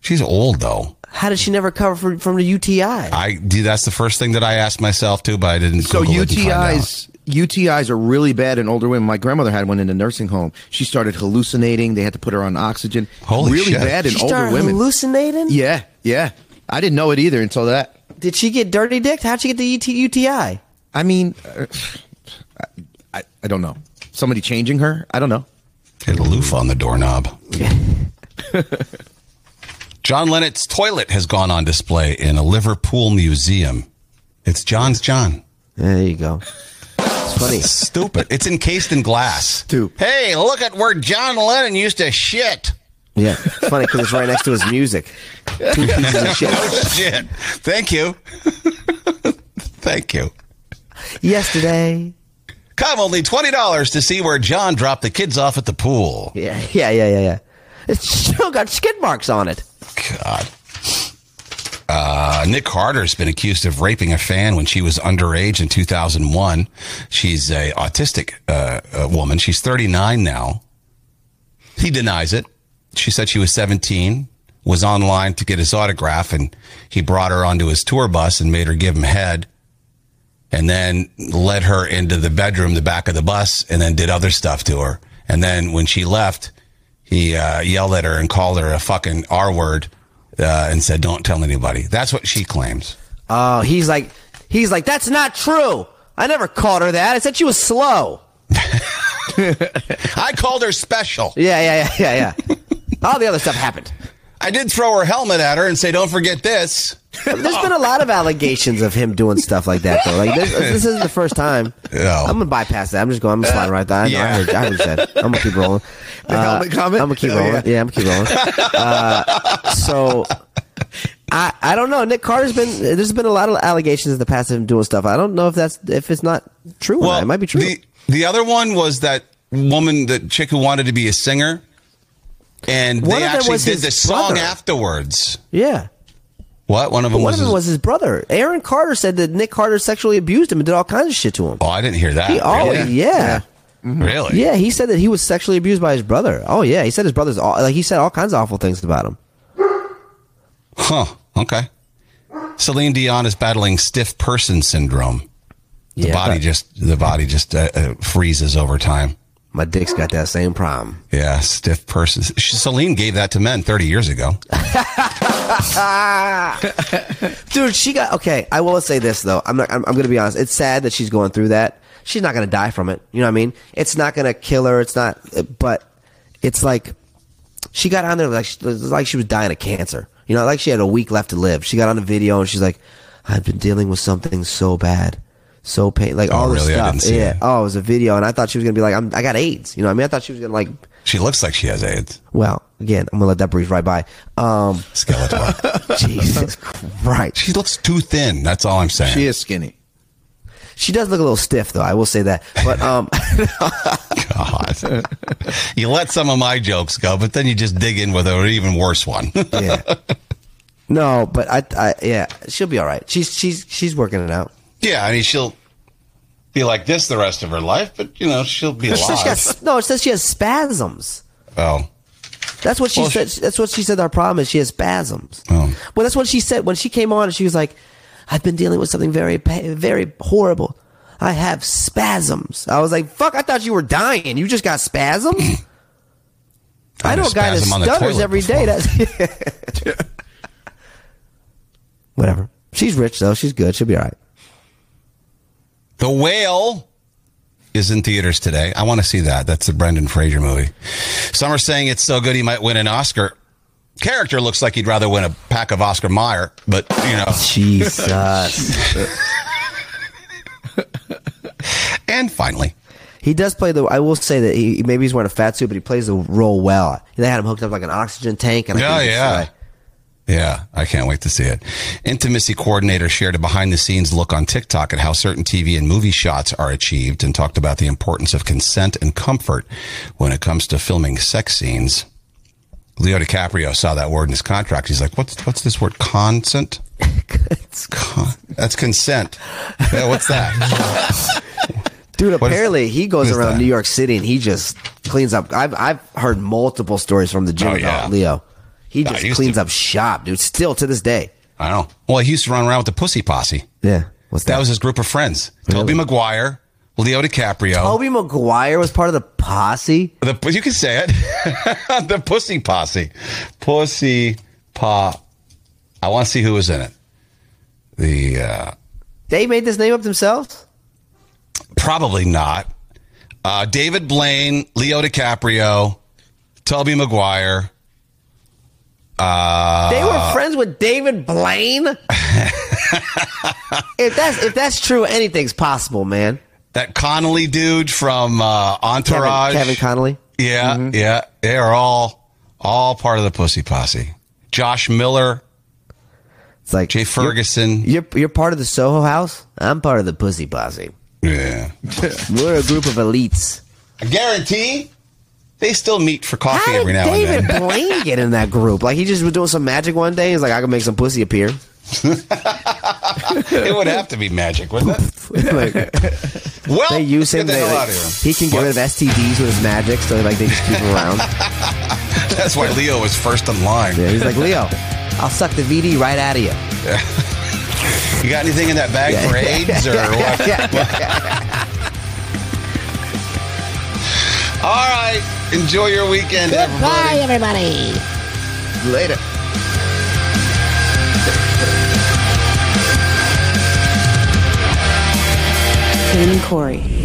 Speaker 3: She's old though.
Speaker 4: How did she never recover from, from the UTI?
Speaker 3: I do. That's the first thing that I asked myself too, but I didn't.
Speaker 6: So
Speaker 3: Google it and find out.
Speaker 6: UTIs UTIs are really bad in older women. My grandmother had one in a nursing home. She started hallucinating. They had to put her on oxygen.
Speaker 3: Holy
Speaker 6: really
Speaker 3: shit.
Speaker 6: bad in
Speaker 4: she
Speaker 6: older
Speaker 4: started
Speaker 6: women.
Speaker 4: hallucinating.
Speaker 6: yeah, yeah. I didn't know it either until that.
Speaker 4: Did she get dirty dicked? How'd she get the ET- UTI?
Speaker 6: I mean, uh, I, I I don't know. Somebody changing her? I don't know.
Speaker 3: Hit a loof on the doorknob. John Lennett's toilet has gone on display in a Liverpool museum. It's John's John.
Speaker 4: There you go. It's funny.
Speaker 3: Stupid. It's encased in glass.
Speaker 6: Stupid.
Speaker 3: Hey, look at where John Lennon used to shit.
Speaker 4: Yeah, it's funny because it's right next to his music. Two pieces of shit.
Speaker 3: Shit. Thank you. Thank you.
Speaker 4: Yesterday.
Speaker 3: Come, only $20 to see where John dropped the kids off at the pool.
Speaker 4: Yeah, yeah, yeah, yeah, yeah. It's still got skid marks on it.
Speaker 3: God. Uh, Nick Carter's been accused of raping a fan when she was underage in 2001. She's a autistic uh, uh, woman. She's 39 now. He denies it. She said she was 17, was online to get his autograph, and he brought her onto his tour bus and made her give him head, and then led her into the bedroom, the back of the bus, and then did other stuff to her. And then when she left, he uh, yelled at her and called her a fucking R word uh, and said, "Don't tell anybody." That's what she claims.
Speaker 4: Oh, he's like, he's like, that's not true. I never called her that. I said she was slow.
Speaker 3: I called her special.
Speaker 4: Yeah, yeah, yeah, yeah, yeah. All the other stuff happened.
Speaker 3: I did throw her helmet at her and say, "Don't forget this."
Speaker 4: There's been a lot of allegations of him doing stuff like that, though. Like this, this isn't the first time.
Speaker 3: No.
Speaker 4: I'm gonna bypass that. I'm just going. I'm gonna slide right there. I, know, I,
Speaker 3: yeah.
Speaker 4: heard, I heard that. I'm gonna keep rolling. Uh,
Speaker 6: helmet comment?
Speaker 4: I'm gonna keep
Speaker 6: Oh,
Speaker 4: rolling.
Speaker 6: yeah.
Speaker 4: Yeah. I'm gonna keep rolling. Uh, so. I, I don't know. Nick Carter's been there's been a lot of allegations in the past of him doing stuff. I don't know if that's if it's not true. or not. it might be true.
Speaker 3: The, the other one was that woman, the chick who wanted to be a singer, and
Speaker 4: One
Speaker 3: they
Speaker 4: of them
Speaker 3: actually
Speaker 4: was
Speaker 3: did
Speaker 4: his
Speaker 3: the song
Speaker 4: brother.
Speaker 3: afterwards.
Speaker 4: yeah.
Speaker 3: What? One of them
Speaker 4: One of
Speaker 3: was.
Speaker 4: them
Speaker 3: his-
Speaker 4: was his brother. Aaron Carter said that Nick Carter sexually abused him and did all kinds of shit to him.
Speaker 3: oh, I didn't hear that.
Speaker 4: He always,
Speaker 3: really?
Speaker 4: yeah.
Speaker 3: Really?
Speaker 4: Yeah, he said that he was sexually abused by his brother. Oh yeah, he said his brother's aw- like he said all kinds of awful things about him.
Speaker 3: Huh. Okay. Celine Dion is battling stiff person syndrome. The
Speaker 4: Yeah,
Speaker 3: body
Speaker 4: but-
Speaker 3: just the body just uh, uh, freezes over time.
Speaker 4: My dick's got that same problem.
Speaker 3: Yeah, stiff person. Sh- Celine gave that to men 30 years ago.
Speaker 4: Dude, she got okay. I will say this though. I'm not. I'm, I'm going to be honest. It's sad that she's going through that. She's not going to die from it. You know what I mean? It's not going to kill her. It's not. But it's like she got on there like she, like she was dying of cancer. You know, like she had a week left to live. She got on the video and she's like, "I've been dealing with something so bad, so pain, like all this
Speaker 3: Oh, really? I
Speaker 4: stuff."
Speaker 3: didn't see
Speaker 4: yeah.
Speaker 3: that.
Speaker 4: Oh, it was a video, and I thought she was going to be like, I'm, "I got AIDS." You know what I mean? I thought she was going to like.
Speaker 3: She looks like she has AIDS.
Speaker 4: Well, again, I'm going to let that breeze right by. Um,
Speaker 3: Skeletor.
Speaker 4: Jesus Christ.
Speaker 3: she looks too thin. That's all I'm saying.
Speaker 6: She is skinny.
Speaker 4: She does look a little stiff, though. I will say that. But um,
Speaker 3: God. Ah, you let some of my jokes go, but then you just dig in with an even worse one.
Speaker 4: yeah, no, but I, I, yeah, she'll be all right. She's she's she's working it out.
Speaker 3: yeah, I mean, she'll be like this the rest of her life, but, you know, she'll be
Speaker 4: It says she
Speaker 3: alive.
Speaker 4: has, no, it says she has spasms.
Speaker 3: Oh,
Speaker 4: That's what she
Speaker 3: Well,
Speaker 4: said.
Speaker 3: she-
Speaker 4: that's what she said. Our problem is she has spasms.
Speaker 3: Oh.
Speaker 4: Well, that's what she said when she came on. She was like, "I've been dealing with something very, pa- very horrible. I have spasms." I was like, "Fuck! I thought you were dying. You just got spasms." I
Speaker 3: had a
Speaker 4: know a guy that
Speaker 3: spasm on the
Speaker 4: stutters
Speaker 3: toilet
Speaker 4: every day. That's whatever. She's rich though. She's good. She'll be all right.
Speaker 3: The Whale is in theaters today. I want to see that. That's the Brendan Fraser movie. Some are saying it's so good he might win an Oscar. Character looks like he'd rather win a pack of Oscar Mayer, but, you know.
Speaker 4: Jesus.
Speaker 3: And finally,
Speaker 4: he does play the. I will say that he maybe he's wearing a fat suit, but he plays the role well. They had him hooked up like an oxygen tank. And I
Speaker 3: Yeah,
Speaker 4: think it's
Speaker 3: yeah.
Speaker 4: like-
Speaker 3: Yeah, I can't wait to see it. Intimacy coordinator shared a behind the scenes look on TikTok at how certain TV and movie shots are achieved and talked about the importance of consent and comfort when it comes to filming sex scenes. Leo DiCaprio saw that word in his contract. He's like, "What's what's this word? Consent? Con- that's consent. Yeah, what's that?
Speaker 4: Dude,
Speaker 3: What is-
Speaker 4: apparently he goes
Speaker 3: what is
Speaker 4: around
Speaker 3: that?
Speaker 4: New York City and he just cleans up. I've I've heard multiple stories from the gym
Speaker 3: Oh,
Speaker 4: about
Speaker 3: yeah.
Speaker 4: Leo. He
Speaker 3: I
Speaker 4: just
Speaker 3: used
Speaker 4: cleans
Speaker 3: to-
Speaker 4: up shop, dude. Still to this day.
Speaker 3: I don't know. Well, he used to run around with the pussy posse.
Speaker 4: Yeah, what's that?
Speaker 3: That was his group of friends: Toby Maguire, Leo DiCaprio,
Speaker 4: Toby McGuire was part of the posse.
Speaker 3: The you can say it. the pussy posse, pussy pa. I want to see who was in it. The uh,
Speaker 4: They made this name up themselves.
Speaker 3: probably not. Uh, David Blaine, Leo DiCaprio, Toby Maguire, Uh,
Speaker 4: They were friends with David Blaine. if that's if that's true, anything's possible, man.
Speaker 3: that Connolly dude from uh,
Speaker 4: Kevin,
Speaker 3: Entourage.
Speaker 4: Kevin Connolly.
Speaker 3: Yeah,
Speaker 4: Mm-hmm.
Speaker 3: yeah. They are all all part of the Pussy Posse. Josh Miller,
Speaker 4: It's like
Speaker 3: Jay Ferguson.
Speaker 4: You're, you're you're part of the Soho House. I'm part of the Pussy Posse.
Speaker 3: Yeah.
Speaker 4: We're a group of elites.
Speaker 3: I guarantee they still meet for coffee
Speaker 4: How did
Speaker 3: every now
Speaker 4: David
Speaker 3: and then.
Speaker 4: Blaine get in that group? Like he just was doing some magic one day. He's like, I can make some pussy appear.
Speaker 3: it would have to be magic, wouldn't it?
Speaker 4: like,
Speaker 3: Well,
Speaker 4: they use him.
Speaker 3: get the
Speaker 4: They,
Speaker 3: hell
Speaker 4: like,
Speaker 3: out of here.
Speaker 4: he can get rid of STDs with his magic, so like they just keep him around.
Speaker 3: That's why Leo was first in line.
Speaker 4: Yeah, he's like, Leo, I'll suck the VD right out of you.
Speaker 3: You got anything in that bag for AIDS or what? All right. Enjoy your weekend, everybody.
Speaker 9: everybody.
Speaker 4: Later.
Speaker 11: Kane and Corey.